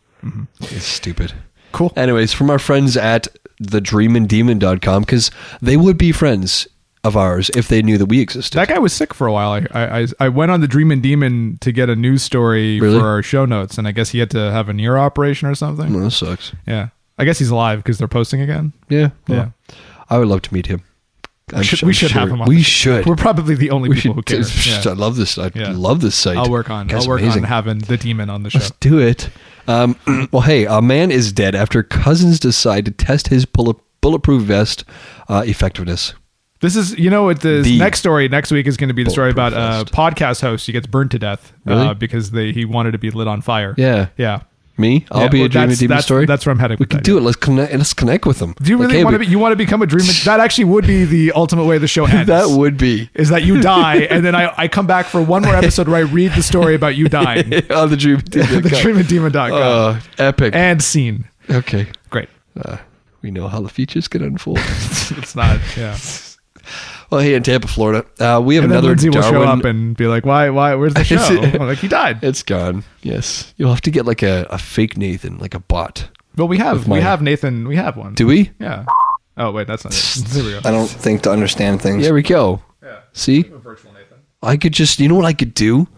[SPEAKER 2] It's stupid.
[SPEAKER 1] Mm-hmm. Cool.
[SPEAKER 2] Anyways, from our friends at thedreamanddemon.com, because they would be friends of ours if they knew that we existed.
[SPEAKER 1] That guy was sick for a while. I I, I- I went on the Dream and Demon to get a news story
[SPEAKER 2] Really?
[SPEAKER 1] for our show notes, and I guess he had to have an ear operation or something.
[SPEAKER 2] Well, that sucks.
[SPEAKER 1] Yeah, I guess he's alive because they're posting again.
[SPEAKER 2] Yeah. well,
[SPEAKER 1] Yeah.
[SPEAKER 2] I would love to meet him. I'm
[SPEAKER 1] Should-
[SPEAKER 2] su-
[SPEAKER 1] we
[SPEAKER 2] I'm
[SPEAKER 1] should
[SPEAKER 2] sure-
[SPEAKER 1] have him. on
[SPEAKER 2] We
[SPEAKER 1] the-
[SPEAKER 2] should.
[SPEAKER 1] We're probably the only
[SPEAKER 2] we
[SPEAKER 1] people who
[SPEAKER 2] <laughs> should.
[SPEAKER 1] care.
[SPEAKER 2] I
[SPEAKER 1] Yeah.
[SPEAKER 2] love this. I
[SPEAKER 1] Yeah.
[SPEAKER 2] love this site.
[SPEAKER 1] I'll work on.
[SPEAKER 2] That's
[SPEAKER 1] I'll work
[SPEAKER 2] amazing.
[SPEAKER 1] on having the demon on the show.
[SPEAKER 2] Let's do it. Um, <clears throat> well, hey, a man is dead after cousins decide to test his bullet, bulletproof vest uh, effectiveness.
[SPEAKER 1] This is, you know, what the
[SPEAKER 2] The-
[SPEAKER 1] next story next week is going to be the story about a podcast host who gets burned to death uh,
[SPEAKER 2] Really?
[SPEAKER 1] because they, he wanted to be lit on fire.
[SPEAKER 2] Yeah.
[SPEAKER 1] yeah.
[SPEAKER 2] Me, I'll
[SPEAKER 1] Yeah,
[SPEAKER 2] be
[SPEAKER 1] well,
[SPEAKER 2] a dream
[SPEAKER 1] that's-
[SPEAKER 2] and demon
[SPEAKER 1] that's-
[SPEAKER 2] story.
[SPEAKER 1] that's where I'm headed
[SPEAKER 2] We
[SPEAKER 1] with
[SPEAKER 2] can
[SPEAKER 1] that,
[SPEAKER 2] do
[SPEAKER 1] yeah.
[SPEAKER 2] it. Let's connect. Let's connect with them.
[SPEAKER 1] Do you really want to be? You want to become a dream? That actually would be the ultimate way the show ends.
[SPEAKER 2] <laughs> That would be <laughs>
[SPEAKER 1] is that you die, and then I, I come back for one more episode where I read the story about you
[SPEAKER 2] <laughs>
[SPEAKER 1] dying.
[SPEAKER 2] on uh, the dream. and
[SPEAKER 1] <laughs>
[SPEAKER 2] Demon
[SPEAKER 1] the
[SPEAKER 2] account.
[SPEAKER 1] dreamanddemon.com.
[SPEAKER 2] Uh, epic.
[SPEAKER 1] and scene.
[SPEAKER 2] okay.
[SPEAKER 1] Great. <laughs>
[SPEAKER 2] Uh, we know how the future's going to unfold.
[SPEAKER 1] It's not. Yeah.
[SPEAKER 2] Well, hey, in Tampa, Florida, uh, we have
[SPEAKER 1] And then
[SPEAKER 2] another
[SPEAKER 1] Lindsay will show
[SPEAKER 2] Darwin-
[SPEAKER 1] up and be like, "Why? Why? Where's
[SPEAKER 2] <laughs>
[SPEAKER 1] the show?"
[SPEAKER 2] It's-
[SPEAKER 1] I'm like, "He
[SPEAKER 2] <laughs>
[SPEAKER 1] died."
[SPEAKER 2] it's gone. Yes, you'll have to get like a, a fake Nathan, like a bot.
[SPEAKER 1] But we have we
[SPEAKER 2] my-
[SPEAKER 1] have Nathan. We have one.
[SPEAKER 2] Do we?
[SPEAKER 1] Yeah. Oh wait, that's not it.
[SPEAKER 2] <laughs>
[SPEAKER 1] There we go.
[SPEAKER 6] I don't think to understand things.
[SPEAKER 2] There we go.
[SPEAKER 1] <laughs>
[SPEAKER 2] See,
[SPEAKER 1] Virtual Nathan.
[SPEAKER 2] I could just, you know what I could do?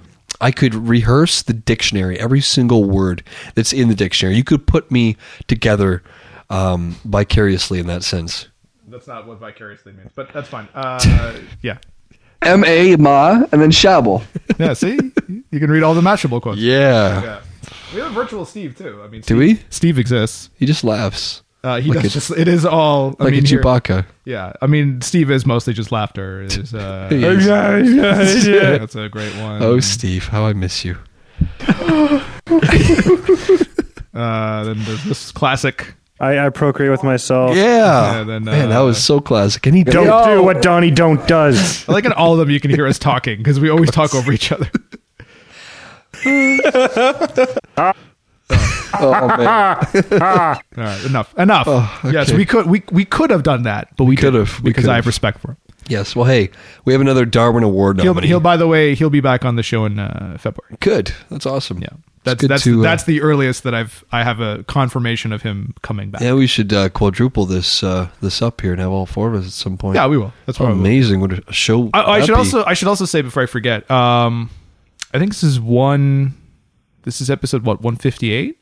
[SPEAKER 2] I could rehearse the dictionary, every single word that's in the dictionary. You could put me together um, vicariously in that sense.
[SPEAKER 1] That's not what vicariously means, but that's fine.
[SPEAKER 2] <laughs>
[SPEAKER 1] Uh, yeah.
[SPEAKER 6] M A Ma and then Shabble.
[SPEAKER 1] Yeah. See, you can read all the Mashable quotes.
[SPEAKER 2] Yeah.
[SPEAKER 1] Yeah. We have a virtual Steve too. I mean,
[SPEAKER 2] Do
[SPEAKER 1] Steve,
[SPEAKER 2] we?
[SPEAKER 1] Steve exists.
[SPEAKER 2] He just laughs
[SPEAKER 1] Uh, he
[SPEAKER 2] Like
[SPEAKER 1] does
[SPEAKER 2] a-
[SPEAKER 1] just. It is all. I
[SPEAKER 2] like
[SPEAKER 1] mean,
[SPEAKER 2] a
[SPEAKER 1] here-
[SPEAKER 2] Chewbacca.
[SPEAKER 1] yeah. I mean, Steve is mostly just laughter. Is, uh,
[SPEAKER 2] <laughs> He is.
[SPEAKER 1] yeah, yeah, yeah. <laughs> That's a great one.
[SPEAKER 2] Oh, Steve, how I miss you.
[SPEAKER 1] Uh, then there's this classic.
[SPEAKER 5] I, I procreate with myself.
[SPEAKER 2] Yeah.
[SPEAKER 1] Yeah, then,
[SPEAKER 2] Man, that
[SPEAKER 1] uh,
[SPEAKER 2] was so classic. And he
[SPEAKER 5] Don't
[SPEAKER 2] don't.
[SPEAKER 5] do what Donnie don't does.
[SPEAKER 1] I like in all of them you can hear us talking because we always talk over each
[SPEAKER 2] <laughs>
[SPEAKER 1] other.
[SPEAKER 6] Oh man.
[SPEAKER 1] All right, enough, enough. Yes,
[SPEAKER 2] Oh, okay.
[SPEAKER 1] we could we we could have done that, but we,
[SPEAKER 2] could
[SPEAKER 1] didn't
[SPEAKER 2] have, we
[SPEAKER 1] because
[SPEAKER 2] could
[SPEAKER 1] I
[SPEAKER 2] have.
[SPEAKER 1] have respect for him.
[SPEAKER 2] Yes. Well, hey, we have another Darwin Award
[SPEAKER 1] He'll,
[SPEAKER 2] nominee.
[SPEAKER 1] he'll by the way he'll be back on the show in uh, February.
[SPEAKER 2] Good. That's awesome.
[SPEAKER 1] Yeah,
[SPEAKER 2] It's
[SPEAKER 1] that's
[SPEAKER 2] good
[SPEAKER 1] that's
[SPEAKER 2] to, uh,
[SPEAKER 1] that's the earliest that I've I have a confirmation of him coming back.
[SPEAKER 2] Yeah, we should uh, quadruple this uh, this up here and have all four of us at some point.
[SPEAKER 1] Yeah, we will. That's
[SPEAKER 2] How
[SPEAKER 1] probably.
[SPEAKER 2] amazing! What a show!
[SPEAKER 1] I, I
[SPEAKER 2] that'd
[SPEAKER 1] should
[SPEAKER 2] be.
[SPEAKER 1] also I should also say before I forget. Um, I think this is one. This is episode what one fifty eight.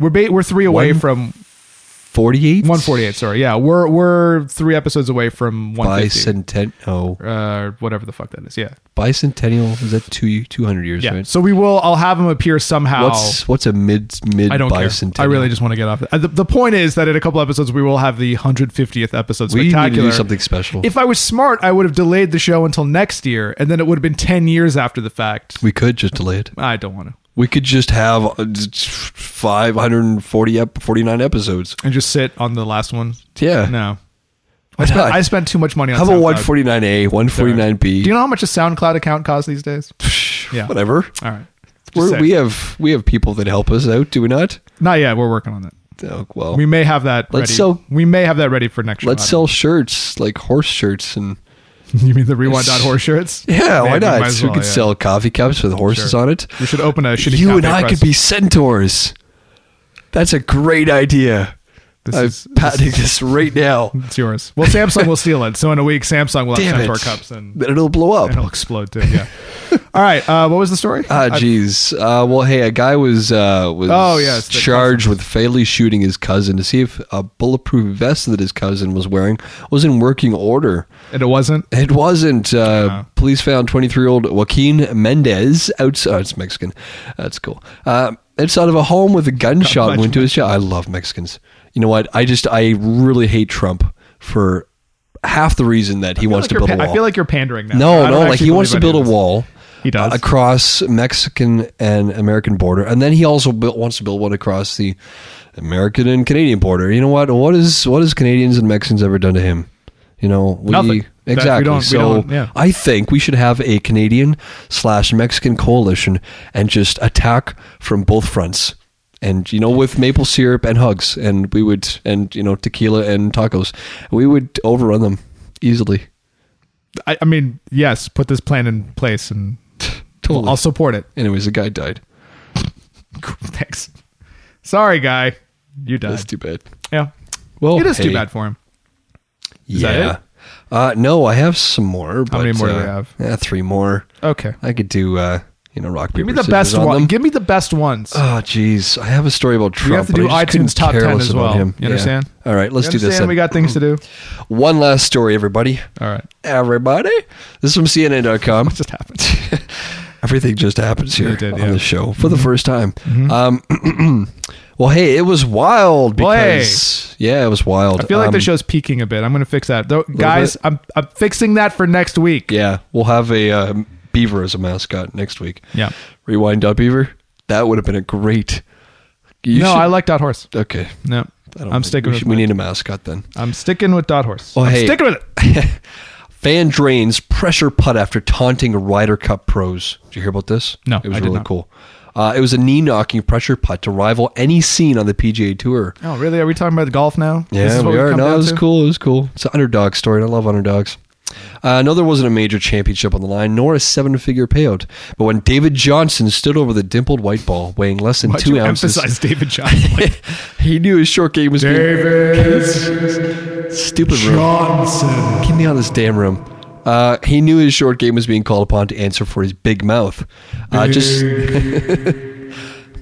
[SPEAKER 1] We're ba- we're three away
[SPEAKER 2] One-
[SPEAKER 1] from
[SPEAKER 2] 48?
[SPEAKER 1] one forty eight. Sorry, yeah, we're we're three episodes away from one fifty.
[SPEAKER 2] Bicentennial. Oh,
[SPEAKER 1] Uh, whatever the fuck that is. Yeah,
[SPEAKER 2] bicentennial. Is that two two hundred years?
[SPEAKER 1] yeah.
[SPEAKER 2] Right?
[SPEAKER 1] So we will. I'll have him appear somehow.
[SPEAKER 2] What's what's a mid mid
[SPEAKER 1] I don't care.
[SPEAKER 2] bicentennial?
[SPEAKER 1] I really just want to get off. Uh, The, the, the point is that in a couple episodes we will have the 150th episode
[SPEAKER 2] we
[SPEAKER 1] spectacular.
[SPEAKER 2] need to do something special.
[SPEAKER 1] If I was smart, I would have delayed the show until next year, and then it would have been 10 years after the fact.
[SPEAKER 2] we could just delay it.
[SPEAKER 1] I don't want to.
[SPEAKER 2] We could just have uh, five hundred and forty up forty nine episodes.
[SPEAKER 1] And just sit on the last one.
[SPEAKER 2] Yeah.
[SPEAKER 1] No. I
[SPEAKER 2] Why <laughs>
[SPEAKER 1] spent,
[SPEAKER 2] not?
[SPEAKER 1] I spent too much money on
[SPEAKER 2] Have a
[SPEAKER 1] SoundCloud.
[SPEAKER 2] one forty nine a one forty nine b.
[SPEAKER 1] Do you know how much a SoundCloud account costs these
[SPEAKER 2] <laughs>
[SPEAKER 1] days? yeah.
[SPEAKER 2] Whatever.
[SPEAKER 1] All right. Just
[SPEAKER 2] We're,
[SPEAKER 1] saying.
[SPEAKER 2] we have we have people that help us out. Do we not?
[SPEAKER 1] Not yet. We're working on that.
[SPEAKER 2] Oh, well,
[SPEAKER 1] We may have that
[SPEAKER 2] Let's
[SPEAKER 1] ready.
[SPEAKER 2] sell-
[SPEAKER 1] we may have that ready for next year.
[SPEAKER 2] let's sell shirts like horse shirts and
[SPEAKER 1] <laughs> You mean the
[SPEAKER 2] <laughs>
[SPEAKER 1] rewind.horse shirts?
[SPEAKER 2] yeah,
[SPEAKER 1] Man,
[SPEAKER 2] why
[SPEAKER 1] we
[SPEAKER 2] not?
[SPEAKER 1] might as
[SPEAKER 2] we
[SPEAKER 1] well,
[SPEAKER 2] could
[SPEAKER 1] yeah.
[SPEAKER 2] sell coffee cups with horses
[SPEAKER 1] Sure.
[SPEAKER 2] on it.
[SPEAKER 1] We should open a shitty
[SPEAKER 2] You and
[SPEAKER 1] cafe
[SPEAKER 2] I
[SPEAKER 1] press.
[SPEAKER 2] could be centaurs. That's a great idea.
[SPEAKER 1] This
[SPEAKER 2] I'm
[SPEAKER 1] is-
[SPEAKER 2] patenting this right now.
[SPEAKER 1] <laughs> It's yours. Well, Samsung will steal it. So in a week, Samsung will have
[SPEAKER 2] Damn
[SPEAKER 1] sent
[SPEAKER 2] it!
[SPEAKER 1] to our cups and, <laughs>
[SPEAKER 2] Then it'll blow
[SPEAKER 1] and it'll
[SPEAKER 2] up.
[SPEAKER 1] explode too.
[SPEAKER 2] <laughs>
[SPEAKER 1] Yeah. All right. Uh, what was the story?
[SPEAKER 2] Ah,
[SPEAKER 1] I-
[SPEAKER 2] jeez. Uh, well, hey, a guy was uh, was
[SPEAKER 1] Oh, yeah, it's the
[SPEAKER 2] charged
[SPEAKER 1] cousins.
[SPEAKER 2] with fatally shooting his cousin to see if a bulletproof vest that his cousin was wearing was in working order.
[SPEAKER 1] and it wasn't.
[SPEAKER 2] It wasn't. Uh, Police found 23 year old Joaquin Mendez outside. It's Mexican. That's cool. Uh, outside of a home with a gunshot
[SPEAKER 1] much
[SPEAKER 2] wound to his shot. I love Mexicans. You know what? I just, I really hate Trump for half the reason that
[SPEAKER 1] I
[SPEAKER 2] he
[SPEAKER 1] feel
[SPEAKER 2] wants
[SPEAKER 1] like
[SPEAKER 2] to
[SPEAKER 1] you're
[SPEAKER 2] build a
[SPEAKER 1] pa-
[SPEAKER 2] wall.
[SPEAKER 1] I feel like you're pandering now. I
[SPEAKER 2] no,
[SPEAKER 1] don't
[SPEAKER 2] no, like
[SPEAKER 1] actually
[SPEAKER 2] he wants to
[SPEAKER 1] believe
[SPEAKER 2] build a
[SPEAKER 1] any of this.
[SPEAKER 2] wall.
[SPEAKER 1] He does.
[SPEAKER 2] across Mexican and American border, and then he also built, wants to build one across the American and Canadian border. You know what? What is what has Canadians and Mexicans ever done to him? You know, we,
[SPEAKER 1] Nothing. That- we
[SPEAKER 2] Exactly.
[SPEAKER 1] don't- we
[SPEAKER 2] so
[SPEAKER 1] don't- yeah.
[SPEAKER 2] I think we should have a Canadian slash Mexican coalition and just attack from both fronts. And you know, with maple syrup and hugs, and we would, and you know, tequila and tacos, we would overrun them easily.
[SPEAKER 1] I, I mean, yes. Put this plan in place, and
[SPEAKER 2] Totally.
[SPEAKER 1] I'll support it. <laughs>
[SPEAKER 2] Anyways, the guy died.
[SPEAKER 1] Thanks. Sorry, guy. You died.
[SPEAKER 2] That's too bad.
[SPEAKER 1] yeah.
[SPEAKER 2] Well,
[SPEAKER 1] it is too
[SPEAKER 2] Oh, hey.
[SPEAKER 1] bad for him.
[SPEAKER 2] yeah.
[SPEAKER 1] that
[SPEAKER 2] Uh, no, I have some more. But,
[SPEAKER 1] many more do we
[SPEAKER 2] uh,
[SPEAKER 1] have?
[SPEAKER 2] Yeah, three more.
[SPEAKER 1] Okay.
[SPEAKER 2] I could do, uh, you know, rock
[SPEAKER 1] Give
[SPEAKER 2] paper
[SPEAKER 1] me the
[SPEAKER 2] scissors
[SPEAKER 1] best
[SPEAKER 2] on
[SPEAKER 1] one.
[SPEAKER 2] them.
[SPEAKER 1] Give me the best ones.
[SPEAKER 2] oh, jeez, I have a story about Trump.
[SPEAKER 1] we have to
[SPEAKER 2] but
[SPEAKER 1] do
[SPEAKER 2] I just couldn't
[SPEAKER 1] iTunes top
[SPEAKER 2] care
[SPEAKER 1] ten
[SPEAKER 2] less
[SPEAKER 1] as
[SPEAKER 2] about
[SPEAKER 1] well.
[SPEAKER 2] him.
[SPEAKER 1] You
[SPEAKER 2] Yeah.
[SPEAKER 1] understand?
[SPEAKER 2] All right, let's
[SPEAKER 1] You
[SPEAKER 2] do this.
[SPEAKER 1] understand?
[SPEAKER 2] Then.
[SPEAKER 1] We got things to
[SPEAKER 2] <laughs>
[SPEAKER 1] do.
[SPEAKER 2] one last story, everybody.
[SPEAKER 1] All right.
[SPEAKER 2] Everybody, this is from CNN.com.
[SPEAKER 1] Just happened. <laughs>
[SPEAKER 2] Everything just happens here
[SPEAKER 1] It did,
[SPEAKER 2] on
[SPEAKER 1] yeah. Mm-hmm.
[SPEAKER 2] the show for the first time. Um, <clears throat> well, hey, it was wild
[SPEAKER 1] Well, hey.
[SPEAKER 2] because yeah, it was wild.
[SPEAKER 1] I feel like
[SPEAKER 2] um,
[SPEAKER 1] the show's peaking a bit. I'm going to fix that. Though, guys,
[SPEAKER 2] bit.
[SPEAKER 1] I'm, I'm fixing that for next week.
[SPEAKER 2] Yeah, we'll have a uh, beaver as a mascot next week.
[SPEAKER 1] Yeah.
[SPEAKER 2] Rewind dot beaver. That would have been a great. You
[SPEAKER 1] no,
[SPEAKER 2] should-
[SPEAKER 1] I like Dot Horse.
[SPEAKER 2] Okay,
[SPEAKER 1] No.
[SPEAKER 2] I don't
[SPEAKER 1] I'm
[SPEAKER 2] think-
[SPEAKER 1] sticking
[SPEAKER 2] We,
[SPEAKER 1] with
[SPEAKER 2] should- we
[SPEAKER 1] my-
[SPEAKER 2] need a mascot then.
[SPEAKER 1] I'm sticking with Dot Horse.
[SPEAKER 2] Oh,
[SPEAKER 1] I'm
[SPEAKER 2] hey.
[SPEAKER 1] sticking with it. <laughs>
[SPEAKER 2] Fan drains pressure putt after taunting Ryder Cup pros. Did you hear about this?
[SPEAKER 1] No,
[SPEAKER 2] it was
[SPEAKER 1] I did
[SPEAKER 2] really
[SPEAKER 1] not.
[SPEAKER 2] cool. Uh, it was a knee knocking pressure putt to rival any seen on the PGA Tour.
[SPEAKER 1] Oh, really? Are we talking about golf now?
[SPEAKER 2] Yeah,
[SPEAKER 1] This is what
[SPEAKER 2] we
[SPEAKER 1] we've
[SPEAKER 2] are.
[SPEAKER 1] come
[SPEAKER 2] No,
[SPEAKER 1] down
[SPEAKER 2] it was
[SPEAKER 1] to?
[SPEAKER 2] cool. It was cool. It's an underdog story. and I love underdogs. Uh, no, there wasn't a major championship on the line, nor a seven-figure payout. But when David Johnson stood over the dimpled white ball, weighing less than
[SPEAKER 1] Why'd
[SPEAKER 2] two
[SPEAKER 1] you
[SPEAKER 2] ounces,
[SPEAKER 1] emphasize David
[SPEAKER 2] <laughs>
[SPEAKER 1] Johnson? Like,
[SPEAKER 2] he knew his short game was being- stupid room. Get me out of this damn room. Uh, he knew his short game was being called upon to answer for his big mouth. Uh, just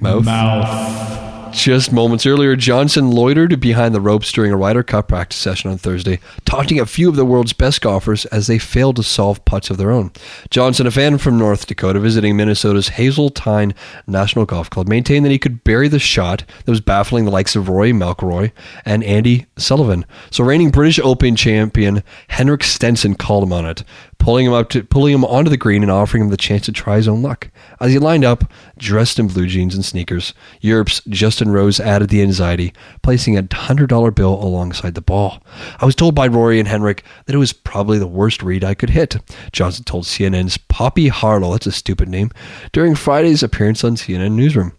[SPEAKER 2] mouth. Just moments earlier, Johnson loitered behind the ropes during a Ryder Cup practice session on Thursday, taunting a few of the world's best golfers as they failed to solve putts of their own. Johnson, a fan from North Dakota visiting Minnesota's Hazeltine National Golf Club, maintained that he could bury the shot that was baffling the likes of Roy McIlroy and Andy Sullivan. So, reigning British Open champion Henrik Stenson called him on it. pulling him up to pulling him onto the green and offering him the chance to try his own luck. As he lined up, dressed in blue jeans and sneakers, Europe's Justin Rose added the anxiety, placing a hundred dollar bill alongside the ball. I was told by Rory and Henrik that it was probably the worst read I could hit. Johnson told CNN's Poppy Harlow, that's a stupid name, during Friday's appearance on CNN Newsroom.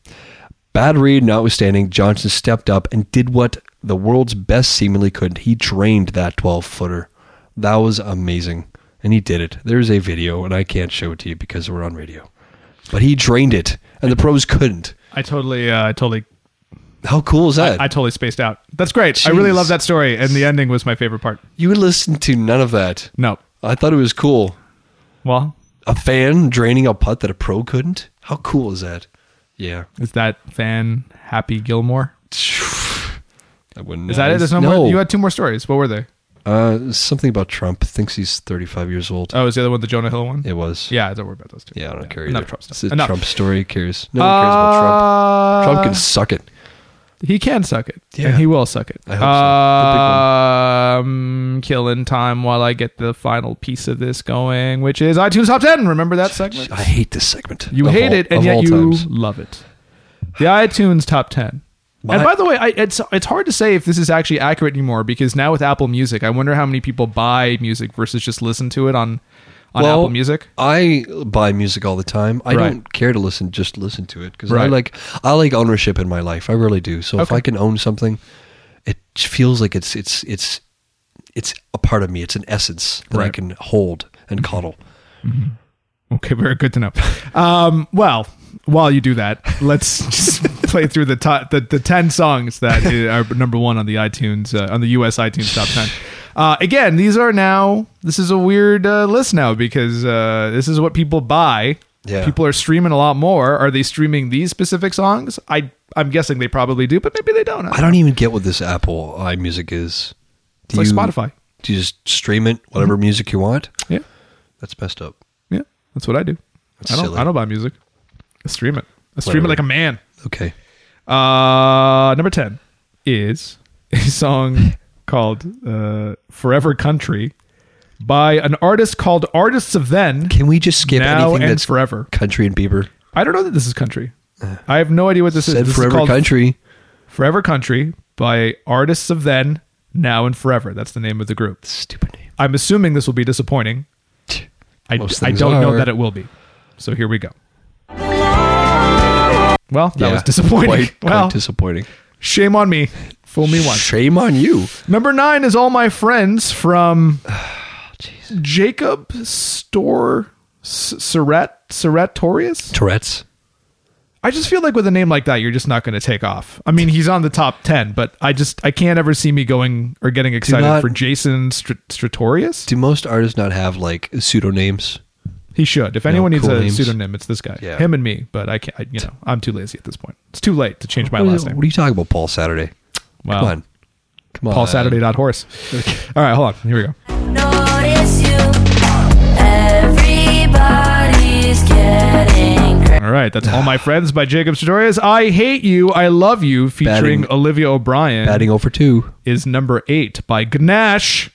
[SPEAKER 2] Bad read notwithstanding, Johnson stepped up and did what the world's best seemingly could. He drained that 12 footer. That was amazing. And he did it. There's a video, and I can't show it to you because we're on radio. But he drained it, and the pros couldn't.
[SPEAKER 1] I totally, uh, I totally,
[SPEAKER 2] How cool is that?
[SPEAKER 1] I totally spaced out. That's great. I really
[SPEAKER 2] Jeez.
[SPEAKER 1] love that story, and the ending was my favorite part.
[SPEAKER 2] you would listen to none of that.
[SPEAKER 1] No,
[SPEAKER 2] I thought it was cool.
[SPEAKER 1] well,
[SPEAKER 2] A fan draining a putt that a pro couldn't? How cool is that? Yeah.
[SPEAKER 1] is that fan Happy Gilmore?
[SPEAKER 2] I wouldn't
[SPEAKER 1] Is that it? There's no, more. You had two more stories. What were they?
[SPEAKER 2] uh, something about Trump. Thinks he's 35 years old.
[SPEAKER 1] Oh, is the other one the Jonah Hill one?
[SPEAKER 2] It was.
[SPEAKER 1] Yeah, don't worry about those two.
[SPEAKER 2] Yeah, I don't care either.
[SPEAKER 1] Enough Trump stuff.
[SPEAKER 2] It's a
[SPEAKER 1] Enough.
[SPEAKER 2] Trump story. Who Cares. No one cares about
[SPEAKER 1] Uh,
[SPEAKER 2] Trump. Trump can suck it.
[SPEAKER 1] He can suck it.
[SPEAKER 2] Yeah.
[SPEAKER 1] And he will suck it.
[SPEAKER 2] I hope so. The
[SPEAKER 1] Um, killing time while I get the final piece of this going, which is iTunes Top 10. Remember that segment?
[SPEAKER 2] I hate this segment.
[SPEAKER 1] You
[SPEAKER 2] Of
[SPEAKER 1] hate
[SPEAKER 2] all-
[SPEAKER 1] it, and
[SPEAKER 2] of
[SPEAKER 1] yet
[SPEAKER 2] all
[SPEAKER 1] you
[SPEAKER 2] times.
[SPEAKER 1] love it. The iTunes Top 10.
[SPEAKER 2] My-
[SPEAKER 1] and by the way, I, it's it's hard to say if this is actually accurate anymore because now with Apple Music, I wonder how many people buy music versus just listen to it on on
[SPEAKER 2] Well,
[SPEAKER 1] Apple Music.
[SPEAKER 2] I buy music all the time. I
[SPEAKER 1] Right.
[SPEAKER 2] don't care to listen; just listen to it because I
[SPEAKER 1] Right.
[SPEAKER 2] like I like ownership in my life. I really do. So if
[SPEAKER 1] Okay.
[SPEAKER 2] I can own something, it feels like it's it's it's it's a part of me. It's an essence that I
[SPEAKER 1] Right. Mm-hmm.
[SPEAKER 2] can hold and coddle.
[SPEAKER 1] Okay, very good to know. Um, well, while you do that, let's <laughs> just play through the top, the, the ten songs that are number one on the iTunes uh, on the U.S. iTunes top ten. Uh, again, these are now. This is a weird uh, list now because uh, this is what people buy.
[SPEAKER 2] Yeah.
[SPEAKER 1] People are streaming a lot more. Are they streaming these specific songs? I I'm guessing they probably do, but maybe they don't.
[SPEAKER 2] I don't even get what this Apple iMusic is. Do
[SPEAKER 1] It's
[SPEAKER 2] you-
[SPEAKER 1] like Spotify. Mm-hmm.
[SPEAKER 2] Do you just stream it, whatever music you want?
[SPEAKER 1] Yeah,
[SPEAKER 2] That's messed up.
[SPEAKER 1] yeah, that's what I do. I don't.
[SPEAKER 2] silly.
[SPEAKER 1] I don't buy music. I stream it. I stream
[SPEAKER 2] Whatever.
[SPEAKER 1] it like a man.
[SPEAKER 2] Okay.
[SPEAKER 1] Uh, number 10 is <laughs> a song called uh, Forever Country by an artist called Artists of Then,
[SPEAKER 2] Can we just skip
[SPEAKER 1] Now,
[SPEAKER 2] anything
[SPEAKER 1] and
[SPEAKER 2] that's
[SPEAKER 1] Forever.
[SPEAKER 2] country and Bieber?
[SPEAKER 1] I don't know that this is country. I have no idea what this is.
[SPEAKER 2] Uh, Said
[SPEAKER 1] This is
[SPEAKER 2] forever
[SPEAKER 1] called
[SPEAKER 2] country.
[SPEAKER 1] Forever Country by Artists of Then, Now, and Forever. That's the name of the group.
[SPEAKER 2] Stupid name.
[SPEAKER 1] I'm assuming this will be disappointing. I,
[SPEAKER 2] Most
[SPEAKER 1] I
[SPEAKER 2] things
[SPEAKER 1] don't know
[SPEAKER 2] are.
[SPEAKER 1] that it will be. So here we go. Well, that
[SPEAKER 2] Yeah.
[SPEAKER 1] was disappointing.
[SPEAKER 2] Quite, quite
[SPEAKER 1] well,
[SPEAKER 2] disappointing.
[SPEAKER 1] shame on me. Fool me once.
[SPEAKER 2] Shame on you.
[SPEAKER 1] Number nine is All My Friends
[SPEAKER 2] <sighs>
[SPEAKER 1] from Jacob Store Surret Surretorius.
[SPEAKER 2] Tourette's.
[SPEAKER 1] I just feel like with a name like that, you're just not going to take off. I mean, he's on the top ten, but I just I can't ever see me going or getting excited
[SPEAKER 2] not-
[SPEAKER 1] for Jason Str- Stratorius.
[SPEAKER 2] Do most artists not have like pseudonames?
[SPEAKER 1] He should. If anyone needs
[SPEAKER 2] cool
[SPEAKER 1] a
[SPEAKER 2] names.
[SPEAKER 1] pseudonym, it's this guy.
[SPEAKER 2] Yeah.
[SPEAKER 1] Him and me. But I can't. I, you know, I'm too lazy at this point. It's too late to change my
[SPEAKER 2] what,
[SPEAKER 1] last
[SPEAKER 2] are,
[SPEAKER 1] name.
[SPEAKER 2] what are you talking about, Paul Saturday?
[SPEAKER 1] Wow.
[SPEAKER 2] Come on. Come on.
[SPEAKER 1] Paul Saturday dot horse. All right, hold on. Here we go.
[SPEAKER 7] notice you. Everybody's getting crazy.
[SPEAKER 1] All right, that's All My Friends by Jacob Sartorius. I Hate You, I Love You, featuring
[SPEAKER 2] Batting-
[SPEAKER 1] Olivia O'Brien,
[SPEAKER 2] Batting over two.
[SPEAKER 1] is number eight by Gnash.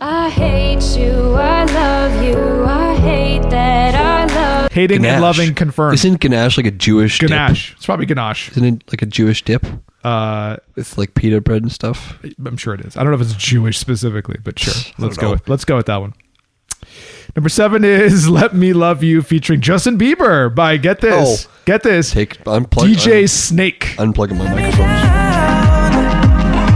[SPEAKER 7] I hate you. I love you. I hate that I love.
[SPEAKER 1] Hating
[SPEAKER 2] Ganache.
[SPEAKER 1] and Loving confirmed.
[SPEAKER 2] Isn't ganache like a Jewish dip?
[SPEAKER 1] Ganache. It's probably Ganache.
[SPEAKER 2] Isn't it like a Jewish dip
[SPEAKER 1] Uh,
[SPEAKER 2] with like pita bread and stuff?
[SPEAKER 1] I'm sure it is. I don't know if it's Jewish specifically, but
[SPEAKER 2] <sighs>
[SPEAKER 1] sure. Let's go.
[SPEAKER 2] know.
[SPEAKER 1] With, let's go with that one. Number seven is <laughs> "Let Me Love You" featuring Justin Bieber by Get This,
[SPEAKER 2] Oh.
[SPEAKER 1] Get This,
[SPEAKER 2] Take unplug
[SPEAKER 1] DJ Snake.
[SPEAKER 2] Un- unplugging my microphones.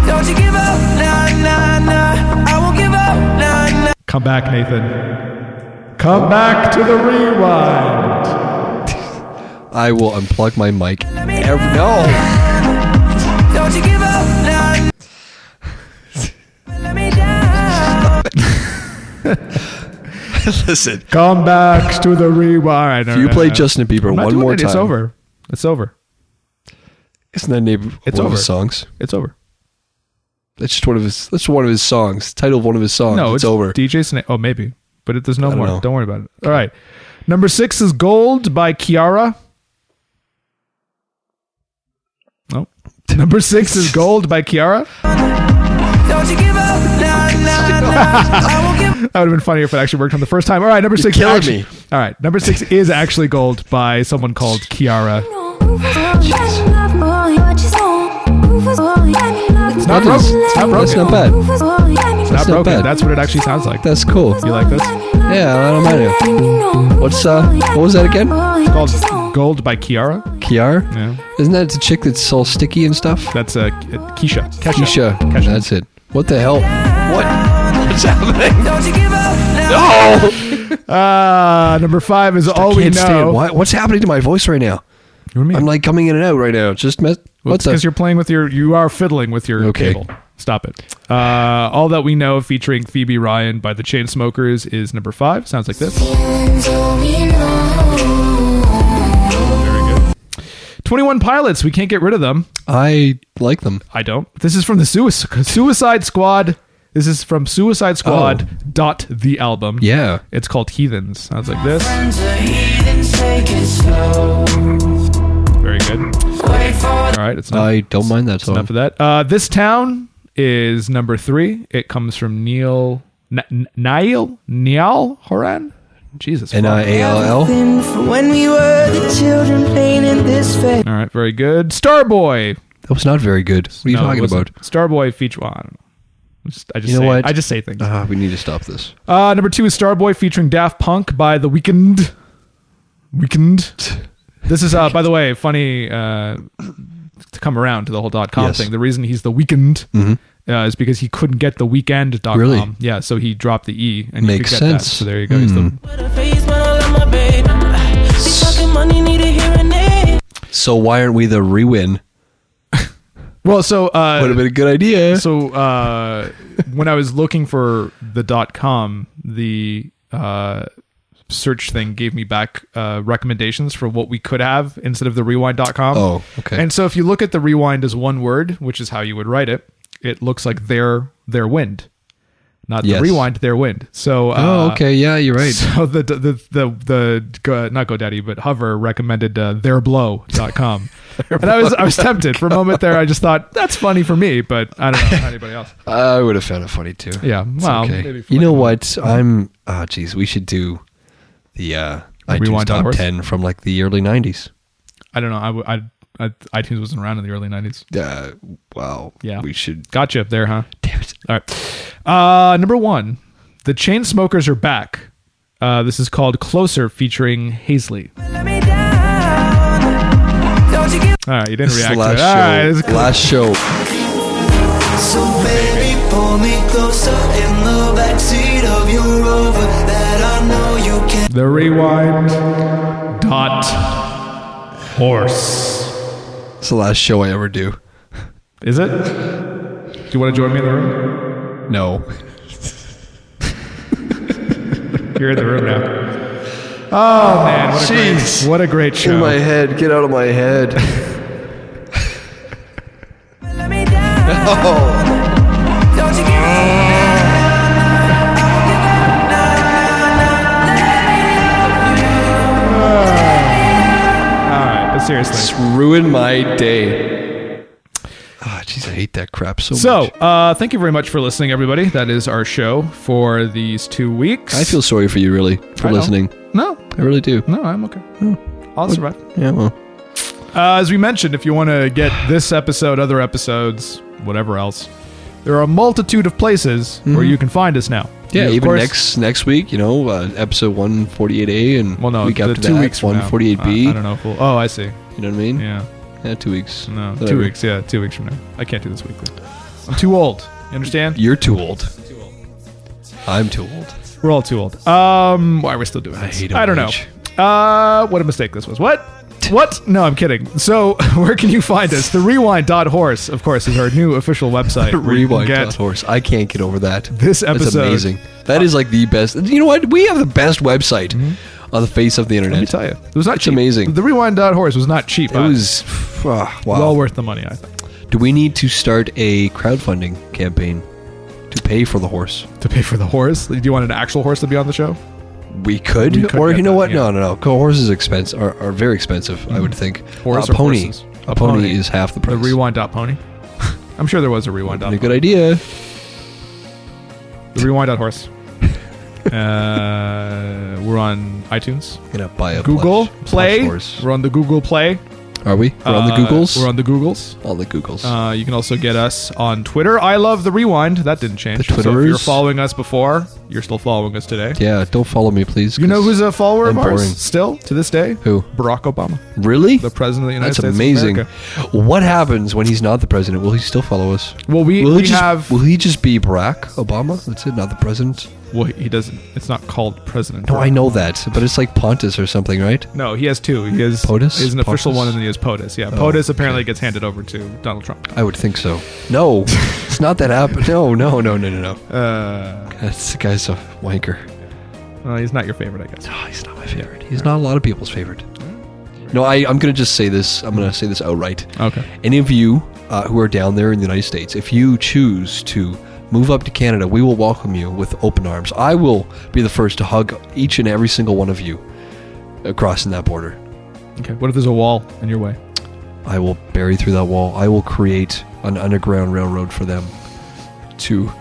[SPEAKER 8] Don't you give up, nah, nah, nah. I won't give up, nah, nah.
[SPEAKER 1] Come back, Nathan. Come back to the rewind.
[SPEAKER 2] I will unplug my mic. Every, no.
[SPEAKER 8] Don't you give up, nah. nah. Let me down.
[SPEAKER 2] <laughs> Listen.
[SPEAKER 1] Come back to the rewind.
[SPEAKER 2] If you
[SPEAKER 1] <laughs>
[SPEAKER 2] play Justin Bieber
[SPEAKER 1] I'm not
[SPEAKER 2] one
[SPEAKER 1] doing
[SPEAKER 2] more
[SPEAKER 1] it.
[SPEAKER 2] time,
[SPEAKER 1] It's over. It's over.
[SPEAKER 2] Isn't that name of
[SPEAKER 1] It's
[SPEAKER 2] one
[SPEAKER 1] over.
[SPEAKER 2] of his songs?
[SPEAKER 1] It's over.
[SPEAKER 2] That's just one of his. That's one of his songs. Title of one of his songs.
[SPEAKER 1] No, it's,
[SPEAKER 2] it's, over.
[SPEAKER 1] DJ Snake. Oh, maybe, but it, there's no
[SPEAKER 2] don't
[SPEAKER 1] more.
[SPEAKER 2] know.
[SPEAKER 1] Don't worry about it. All right. Number six is Gold by Kiara. No.
[SPEAKER 2] <laughs>
[SPEAKER 1] Number six is Gold by Kiara.
[SPEAKER 8] Don't you give up, nah, nah, nah. I won't give
[SPEAKER 1] That would have been funnier if it actually worked on the first time. All right, number six.
[SPEAKER 2] killing
[SPEAKER 1] actu-
[SPEAKER 2] me.
[SPEAKER 1] All right, number
[SPEAKER 2] <laughs>
[SPEAKER 1] six is actually gold by someone called Kiara.
[SPEAKER 7] It's
[SPEAKER 1] not broken. It's not broken.
[SPEAKER 2] That's not bad.
[SPEAKER 7] It's
[SPEAKER 1] Not
[SPEAKER 2] not
[SPEAKER 1] broken.
[SPEAKER 2] bad.
[SPEAKER 1] That's what it actually sounds like.
[SPEAKER 2] That's cool.
[SPEAKER 1] You like this?
[SPEAKER 2] Yeah, I don't mind
[SPEAKER 7] it.
[SPEAKER 2] What's, uh, what was that again?
[SPEAKER 7] It's
[SPEAKER 1] Called Gold by Kiara.
[SPEAKER 2] Kiara?
[SPEAKER 1] Yeah,
[SPEAKER 2] Isn't that the chick that's all sticky and stuff?
[SPEAKER 1] that's uh, Keisha. Kesha.
[SPEAKER 2] Keisha.
[SPEAKER 1] Kesha.
[SPEAKER 2] That's it. What the hell? What? <laughs> What's happening?
[SPEAKER 8] Don't you give up now.
[SPEAKER 2] Oh!
[SPEAKER 1] Uh, number five is all we
[SPEAKER 2] Can't
[SPEAKER 1] know.
[SPEAKER 2] stand. Why, what's happening to my voice right now?
[SPEAKER 1] You mean?
[SPEAKER 2] I'm like coming in and out right now. Just mess. What's
[SPEAKER 1] because
[SPEAKER 2] the?
[SPEAKER 1] you're playing with your you are fiddling with your
[SPEAKER 2] Okay.
[SPEAKER 1] cable. Stop it. Uh, all that we know featuring Phoebe Ryan by the Chainsmokers is number five. Sounds like this. Twenty One Pilots. We can't get rid of them.
[SPEAKER 2] I like them.
[SPEAKER 1] I don't. This is from the Suicide, suicide Squad. This is from Suicide Squad dot the album.
[SPEAKER 2] Oh. Yeah.
[SPEAKER 1] It's called Heathens. Sounds like this.
[SPEAKER 8] Friends are heathens, take it slow.
[SPEAKER 1] Very good.
[SPEAKER 8] Wait for
[SPEAKER 1] All right, it's not
[SPEAKER 2] I don't mind that song.
[SPEAKER 1] enough of that. Uh, this town is number three. It comes from Neil N- N- Niall Niall Horan. Jesus. fuck.
[SPEAKER 2] N i a l l.
[SPEAKER 8] nothing for when we were the children playing in this fair.
[SPEAKER 1] All right, very good. Starboy.
[SPEAKER 2] That was not very good. What are you
[SPEAKER 1] No, it
[SPEAKER 2] talking
[SPEAKER 1] wasn't.
[SPEAKER 2] about?
[SPEAKER 1] Starboy feature. Well, I don't know. I just, I just
[SPEAKER 2] You know
[SPEAKER 1] say,
[SPEAKER 2] what?
[SPEAKER 1] I just say things.
[SPEAKER 2] Ah, we need to stop this.
[SPEAKER 1] Uh, number two is Starboy featuring Daft Punk by The Weeknd. Weeknd. This is, uh, by the way, funny uh, to come around to the whole dot com
[SPEAKER 2] Yes. Mm-hmm.
[SPEAKER 1] thing. The reason he's The Weeknd uh, is because he couldn't get the weekend dot
[SPEAKER 2] Really?
[SPEAKER 1] com. Yeah, so he dropped the E and
[SPEAKER 2] Makes
[SPEAKER 1] you could get
[SPEAKER 2] sense. Mm.
[SPEAKER 1] That. So there you go. He's the,
[SPEAKER 8] Face when I love my baby. She talking money, need a hearing aid.
[SPEAKER 2] So why aren't we the rewin?
[SPEAKER 1] well, so. Uh,
[SPEAKER 2] Would have been a good idea.
[SPEAKER 1] so uh, when I was looking for the dot com, the uh, search thing gave me back uh, recommendations for what we could have instead of the rewind.com.
[SPEAKER 2] Oh, okay.
[SPEAKER 1] And so if you look at the rewind as one word, which is how you would write it, it looks like their their wind. Not
[SPEAKER 2] Yes.
[SPEAKER 1] the rewind, their wind. So
[SPEAKER 2] oh,
[SPEAKER 1] uh,
[SPEAKER 2] okay. Yeah, you're right.
[SPEAKER 1] So the the the the, the not GoDaddy but Hover recommended uh,
[SPEAKER 2] <laughs>
[SPEAKER 1] theirblow.com. and I was I was tempted for a moment there. I just thought that's funny for me, but I don't know about anybody
[SPEAKER 2] <laughs>
[SPEAKER 1] else.
[SPEAKER 2] uh, I would have found it funny too.
[SPEAKER 1] Yeah, well,
[SPEAKER 2] okay.
[SPEAKER 1] maybe for
[SPEAKER 2] you
[SPEAKER 1] like
[SPEAKER 2] know
[SPEAKER 1] a
[SPEAKER 2] what? I'm. Ah, geez, we should do the uh, iTunes
[SPEAKER 1] Rewind
[SPEAKER 2] top
[SPEAKER 1] Downwards?
[SPEAKER 2] ten from like the early '90s.
[SPEAKER 1] I don't know. I, w- I, I iTunes wasn't around in the early nineties.
[SPEAKER 2] Uh, wow.
[SPEAKER 1] Yeah.
[SPEAKER 2] We should.
[SPEAKER 1] Gotcha up there, huh?
[SPEAKER 2] Damn it.
[SPEAKER 1] All right. Uh, number one, the chain smokers are back. Uh, this is called Closer featuring Hazley.
[SPEAKER 8] Let me down. Don't you give
[SPEAKER 1] All right, you didn't
[SPEAKER 2] Ah, This is the
[SPEAKER 1] react
[SPEAKER 2] last
[SPEAKER 1] to it. All right, this is
[SPEAKER 2] show. Last show.
[SPEAKER 8] So baby, pull me closer in the backseat of your rover that I know you can.
[SPEAKER 1] the rewind dot horse.
[SPEAKER 2] It's the last show I ever do.
[SPEAKER 1] Is it? Do you want to join me in the room?
[SPEAKER 2] No.
[SPEAKER 1] You're in the room now. Oh man, what a
[SPEAKER 2] Jeez.
[SPEAKER 1] great, what a great show.
[SPEAKER 2] head. Get out of my
[SPEAKER 1] <laughs>
[SPEAKER 2] head.
[SPEAKER 8] Let me down.
[SPEAKER 2] oh.
[SPEAKER 8] Don't you give up.
[SPEAKER 1] All right, but seriously.
[SPEAKER 2] It's ruined my day. Ah, jeez, I hate that crap so,
[SPEAKER 1] So,
[SPEAKER 2] much.
[SPEAKER 1] uh, thank you very much for listening, everybody. That is our show for these two weeks.
[SPEAKER 2] I feel sorry for you, really, for
[SPEAKER 1] I know.
[SPEAKER 2] listening.
[SPEAKER 1] no,
[SPEAKER 2] I really do.
[SPEAKER 1] no, I'm okay.
[SPEAKER 2] Oh.
[SPEAKER 1] I'll survive.
[SPEAKER 2] Yeah, well,
[SPEAKER 1] Uh, as we mentioned, if you want to get this episode, other episodes, whatever else, there are a multitude of places where you can find us now.
[SPEAKER 2] Mm-hmm. yeah.
[SPEAKER 1] You, of
[SPEAKER 2] even
[SPEAKER 1] course-
[SPEAKER 2] next next week, you know, uh, episode one forty eight A and
[SPEAKER 1] Well, no,
[SPEAKER 2] week
[SPEAKER 1] the
[SPEAKER 2] after
[SPEAKER 1] two
[SPEAKER 2] that,
[SPEAKER 1] weeks from now.
[SPEAKER 2] one forty eight B.
[SPEAKER 1] I, I don't know. If we'll, oh, I see.
[SPEAKER 2] You know what I mean?
[SPEAKER 1] Yeah,
[SPEAKER 2] Yeah, two weeks.
[SPEAKER 1] no, two
[SPEAKER 2] Whatever.
[SPEAKER 1] weeks. Yeah, two weeks from now. I can't do this weekly. I'm too old. You
[SPEAKER 2] <laughs>
[SPEAKER 1] understand?
[SPEAKER 2] You're too old. I'm too old.
[SPEAKER 1] We're all too old. Um, why are we still doing this?
[SPEAKER 2] hate
[SPEAKER 1] I don't know.
[SPEAKER 2] old age.
[SPEAKER 1] Uh, what a mistake this was. What? What? No, I'm kidding. So, <laughs> where can you find us? The rewind.horse, of course, is our new official
[SPEAKER 2] <laughs>
[SPEAKER 1] website. where you can
[SPEAKER 2] Rewind
[SPEAKER 1] get-
[SPEAKER 2] Dot horse. I can't get over that.
[SPEAKER 1] This
[SPEAKER 2] That's
[SPEAKER 1] episode-
[SPEAKER 2] amazing. That is like the best. You know what? We have the best website on the face of the internet.
[SPEAKER 1] Mm-hmm. Let me tell you, it was not
[SPEAKER 2] It's
[SPEAKER 1] cheap.
[SPEAKER 2] amazing.
[SPEAKER 1] The rewind.horse was not cheap.
[SPEAKER 2] It was <sighs> ah, wow.
[SPEAKER 1] well worth the money. I think
[SPEAKER 2] Do we need to start a crowdfunding campaign to pay for the horse?
[SPEAKER 1] to pay for the horse. Do you want an actual horse to be on the show?
[SPEAKER 2] We could,
[SPEAKER 1] We could
[SPEAKER 2] or
[SPEAKER 1] get
[SPEAKER 2] you know
[SPEAKER 1] that,
[SPEAKER 2] what?
[SPEAKER 1] yeah. Mm-hmm.
[SPEAKER 2] No, no, no. Co- Horses expense are, are very expensive. I would think.
[SPEAKER 1] Horse
[SPEAKER 2] a
[SPEAKER 1] or
[SPEAKER 2] pony,
[SPEAKER 1] horses?
[SPEAKER 2] a,
[SPEAKER 1] A
[SPEAKER 2] pony,
[SPEAKER 1] pony.
[SPEAKER 2] is half the
[SPEAKER 1] The <laughs>
[SPEAKER 2] price.
[SPEAKER 1] rewind.pony. I'm sure there was a rewind.
[SPEAKER 2] a good idea.
[SPEAKER 1] The Rewind on
[SPEAKER 2] <laughs>
[SPEAKER 1] Horse. uh, we're on iTunes,
[SPEAKER 2] Gonna buy a
[SPEAKER 1] Google
[SPEAKER 2] plush- plush
[SPEAKER 1] Play.
[SPEAKER 2] horse.
[SPEAKER 1] We're on the Google Play.
[SPEAKER 2] Are we? We're on the
[SPEAKER 1] Uh,
[SPEAKER 2] Googles.
[SPEAKER 1] We're on the Googles.
[SPEAKER 2] all the Googles.
[SPEAKER 1] Uh, you can also get us on Twitter. I love the Rewind. That didn't change.
[SPEAKER 2] The
[SPEAKER 1] So if you're
[SPEAKER 2] Twitterers.
[SPEAKER 1] following us before, you're still following us today.
[SPEAKER 2] yeah, don't follow me, please.
[SPEAKER 1] You know
[SPEAKER 2] 'cause-
[SPEAKER 1] who's a follower of
[SPEAKER 2] I'm boring.
[SPEAKER 1] ours still to this day?
[SPEAKER 2] Who?
[SPEAKER 1] Barack Obama,
[SPEAKER 2] really?
[SPEAKER 1] the president of the United
[SPEAKER 2] That's
[SPEAKER 1] States. of
[SPEAKER 2] amazing.
[SPEAKER 1] America.
[SPEAKER 2] What happens when he's not the president? Will he still follow us?
[SPEAKER 1] Well, we,
[SPEAKER 2] will he
[SPEAKER 1] we
[SPEAKER 2] just,
[SPEAKER 1] have.
[SPEAKER 2] Will he just be Barack Obama? That's it, not the president.
[SPEAKER 1] Well, he doesn't. It's not called president.
[SPEAKER 2] No, I know that, but it's like Pontus or something, right?
[SPEAKER 1] No, he has two. He has
[SPEAKER 2] POTUS?
[SPEAKER 1] He has an official
[SPEAKER 2] POTUS?
[SPEAKER 1] one, and then he has POTUS. Oh, Yeah, POTUS apparently gets handed over to Donald Trump.
[SPEAKER 2] I would think so.
[SPEAKER 1] <laughs>
[SPEAKER 2] No, it's not that app. No, no, no, no, no, no.
[SPEAKER 1] Uh,
[SPEAKER 2] That's the guy's a wanker.
[SPEAKER 1] well, he's not your favorite, I guess.
[SPEAKER 2] Oh, he's not my favorite. He's not a lot of people's favorite. Hmm. No, I, I'm going to just say this. I'm going to say this outright.
[SPEAKER 1] Okay.
[SPEAKER 2] Any of you uh, who are down there in the United States, if you choose to move up to Canada, we will welcome you with open arms. I will be the first to hug each and every single one of you uh, crossing that border.
[SPEAKER 1] Okay. What if there's a wall in your way?
[SPEAKER 2] I will bury through that wall. I will create an underground railroad for them to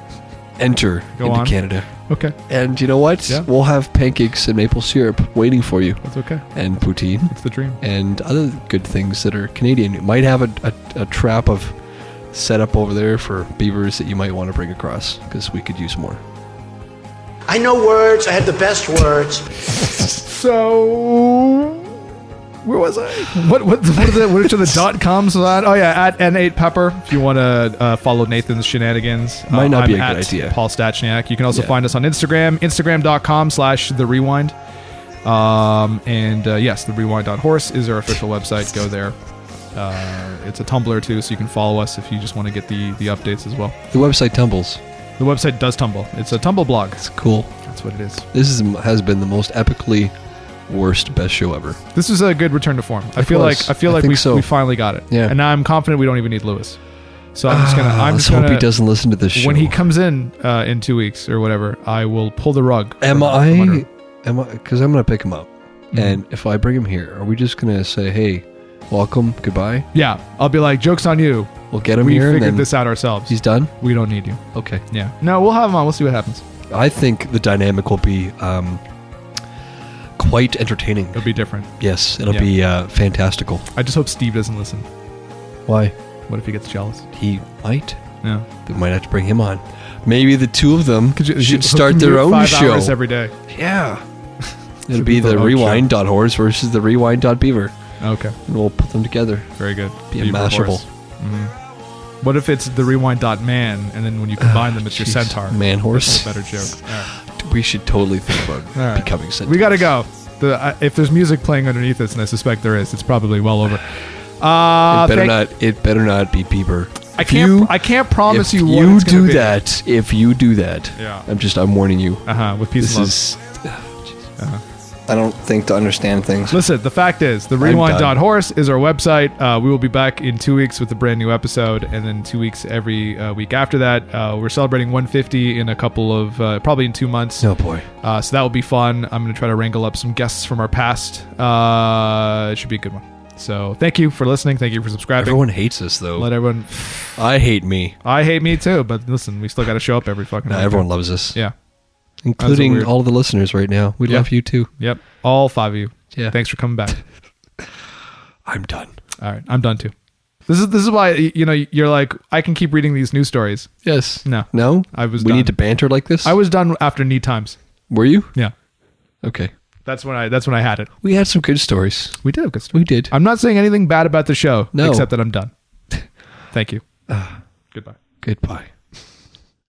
[SPEAKER 2] enter
[SPEAKER 1] Go
[SPEAKER 2] into
[SPEAKER 1] on.
[SPEAKER 2] Canada.
[SPEAKER 1] Okay,
[SPEAKER 2] And you know what?
[SPEAKER 1] Yeah.
[SPEAKER 2] We'll have pancakes and maple syrup waiting for you,
[SPEAKER 1] that's okay.
[SPEAKER 2] and poutine.
[SPEAKER 1] It's the dream.
[SPEAKER 2] and other good things that are Canadian. It might have a, a, a trap of setup over there for beavers that you might want to bring across because we could use more.
[SPEAKER 9] I know words. I had the best words.
[SPEAKER 1] So, where was I? What what what are the which are the dot coms on that? Oh yeah, at n8 pepper if you want to uh, follow Nathan's shenanigans.
[SPEAKER 2] Might
[SPEAKER 1] Uh,
[SPEAKER 2] not
[SPEAKER 1] I'm
[SPEAKER 2] be a
[SPEAKER 1] at
[SPEAKER 2] good idea.
[SPEAKER 1] Paul Stachniak. You can also
[SPEAKER 2] Yeah.
[SPEAKER 1] find us on Instagram, instagram.com slash the rewind. Um and uh, yes, the rewind on horse is our official website. Go there. Uh, it's a Tumblr too, so you can follow us if you just want to get the the updates as well.
[SPEAKER 2] The website tumbles.
[SPEAKER 1] The website does tumble. It's a tumble blog.
[SPEAKER 2] It's cool.
[SPEAKER 1] That's what it is.
[SPEAKER 2] This is, has been the most epically worst best show ever.
[SPEAKER 1] This is a good return to form. I
[SPEAKER 2] It
[SPEAKER 1] feel
[SPEAKER 2] was.
[SPEAKER 1] like I feel
[SPEAKER 2] I
[SPEAKER 1] like
[SPEAKER 2] think
[SPEAKER 1] we,
[SPEAKER 2] so.
[SPEAKER 1] we finally got it.
[SPEAKER 2] Yeah.
[SPEAKER 1] And now I'm confident we don't even need Lewis. So I'm just gonna.
[SPEAKER 2] Ah,
[SPEAKER 1] I'm
[SPEAKER 2] let's
[SPEAKER 1] just gonna.
[SPEAKER 2] hope he doesn't listen to this show.
[SPEAKER 1] When he comes in uh, in two weeks or whatever, I will pull the rug. from-
[SPEAKER 2] am
[SPEAKER 1] from under
[SPEAKER 2] I?
[SPEAKER 1] him.
[SPEAKER 2] Am I? Because I'm gonna pick him up,
[SPEAKER 1] Mm-hmm.
[SPEAKER 2] and if I bring him here, are we just gonna say, "Hey, welcome, goodbye"?
[SPEAKER 1] Yeah, I'll be like, jokes on you.
[SPEAKER 2] We'll get him
[SPEAKER 1] we
[SPEAKER 2] here, and
[SPEAKER 1] figured
[SPEAKER 2] then
[SPEAKER 1] this out ourselves.
[SPEAKER 2] he's done.
[SPEAKER 1] we don't need you.
[SPEAKER 2] Okay.
[SPEAKER 1] Yeah. No, we'll have him on. We'll see what happens.
[SPEAKER 2] I think the dynamic will be um, quite entertaining.
[SPEAKER 1] It'll be different.
[SPEAKER 2] Yes, it'll
[SPEAKER 1] Yeah.
[SPEAKER 2] be uh, fantastical.
[SPEAKER 1] I just hope Steve doesn't listen.
[SPEAKER 2] Why?
[SPEAKER 1] What if he gets jealous?
[SPEAKER 2] He might.
[SPEAKER 1] Yeah.
[SPEAKER 2] They might have to bring him on. Maybe the two of them
[SPEAKER 1] you-
[SPEAKER 2] should
[SPEAKER 1] you-
[SPEAKER 2] start
[SPEAKER 1] you do
[SPEAKER 2] their
[SPEAKER 1] it
[SPEAKER 2] own
[SPEAKER 1] five
[SPEAKER 2] show.
[SPEAKER 1] hours every day.
[SPEAKER 2] yeah. It'll
[SPEAKER 1] Should
[SPEAKER 2] be
[SPEAKER 1] be
[SPEAKER 2] the
[SPEAKER 1] their own
[SPEAKER 2] rewind dot horse versus the rewind dot beaver,
[SPEAKER 1] Okay.
[SPEAKER 2] and we'll put them together.
[SPEAKER 1] Very good.
[SPEAKER 2] Be a
[SPEAKER 1] Beaver
[SPEAKER 2] mashable.
[SPEAKER 1] horse. Mhm. What if it's the rewind dot man, and then when you combine them, it's
[SPEAKER 2] Ah, Jeez.
[SPEAKER 1] your centaur?
[SPEAKER 2] man
[SPEAKER 1] That's
[SPEAKER 2] horse.
[SPEAKER 1] a better
[SPEAKER 2] <laughs>
[SPEAKER 1] joke. All right.
[SPEAKER 2] We should totally think about
[SPEAKER 1] <laughs> All right.
[SPEAKER 2] becoming centaurs.
[SPEAKER 1] We gotta go. The, uh, if there's music playing underneath us, and I suspect there is, it's probably well over. Uh,
[SPEAKER 2] it better
[SPEAKER 1] thank-
[SPEAKER 2] not. It better not be beaver.
[SPEAKER 1] I
[SPEAKER 2] If
[SPEAKER 1] can't.
[SPEAKER 2] you-
[SPEAKER 1] I can't promise
[SPEAKER 2] if
[SPEAKER 1] you. What it's gonna
[SPEAKER 2] do
[SPEAKER 1] be.
[SPEAKER 2] that, if you do that,
[SPEAKER 1] Yeah.
[SPEAKER 2] I'm just. I'm warning you.
[SPEAKER 1] uh-huh, with peace
[SPEAKER 2] This
[SPEAKER 1] and love.
[SPEAKER 2] is
[SPEAKER 6] I don't think to understand things.
[SPEAKER 1] Listen, the fact is, the
[SPEAKER 2] done.
[SPEAKER 1] rewind dot horse is our website. Uh, we will be back in two weeks with a brand new episode, and then two weeks every uh, week after that. Uh, we're celebrating 150 in a couple of, uh, probably in two months.
[SPEAKER 2] oh boy.
[SPEAKER 1] Uh, so that will be fun. I'm going to try to wrangle up some guests from our past. Uh, it should be a good one. So thank you for listening. Thank you for subscribing.
[SPEAKER 2] Everyone hates us though.
[SPEAKER 1] Let everyone.
[SPEAKER 2] I hate me.
[SPEAKER 1] I hate me too, but listen, we still got to show up every fucking.
[SPEAKER 2] No,
[SPEAKER 1] week.
[SPEAKER 2] everyone loves us,
[SPEAKER 1] Yeah.
[SPEAKER 2] including
[SPEAKER 1] weird-
[SPEAKER 2] all the listeners right now. We
[SPEAKER 1] Yeah.
[SPEAKER 2] love you too.
[SPEAKER 1] Yep. All five of you.
[SPEAKER 2] Yeah.
[SPEAKER 1] Thanks for coming back.
[SPEAKER 2] I'm done.
[SPEAKER 1] All right. I'm done too. This is this is why you know you're like I can keep reading these news stories.
[SPEAKER 2] Yes.
[SPEAKER 1] No.
[SPEAKER 2] No.
[SPEAKER 1] I was
[SPEAKER 2] We
[SPEAKER 1] done.
[SPEAKER 2] need to banter like this.
[SPEAKER 1] I was done after knee times.
[SPEAKER 2] Were you?
[SPEAKER 1] Yeah.
[SPEAKER 2] Okay.
[SPEAKER 1] That's when I. That's when I had it.
[SPEAKER 2] We had some good stories.
[SPEAKER 1] We did have good
[SPEAKER 2] We did.
[SPEAKER 1] I'm not <laughs> saying anything bad about the show.
[SPEAKER 2] No. Ah.
[SPEAKER 1] Except that I'm done. Thank you. Goodbye.
[SPEAKER 2] Goodbye.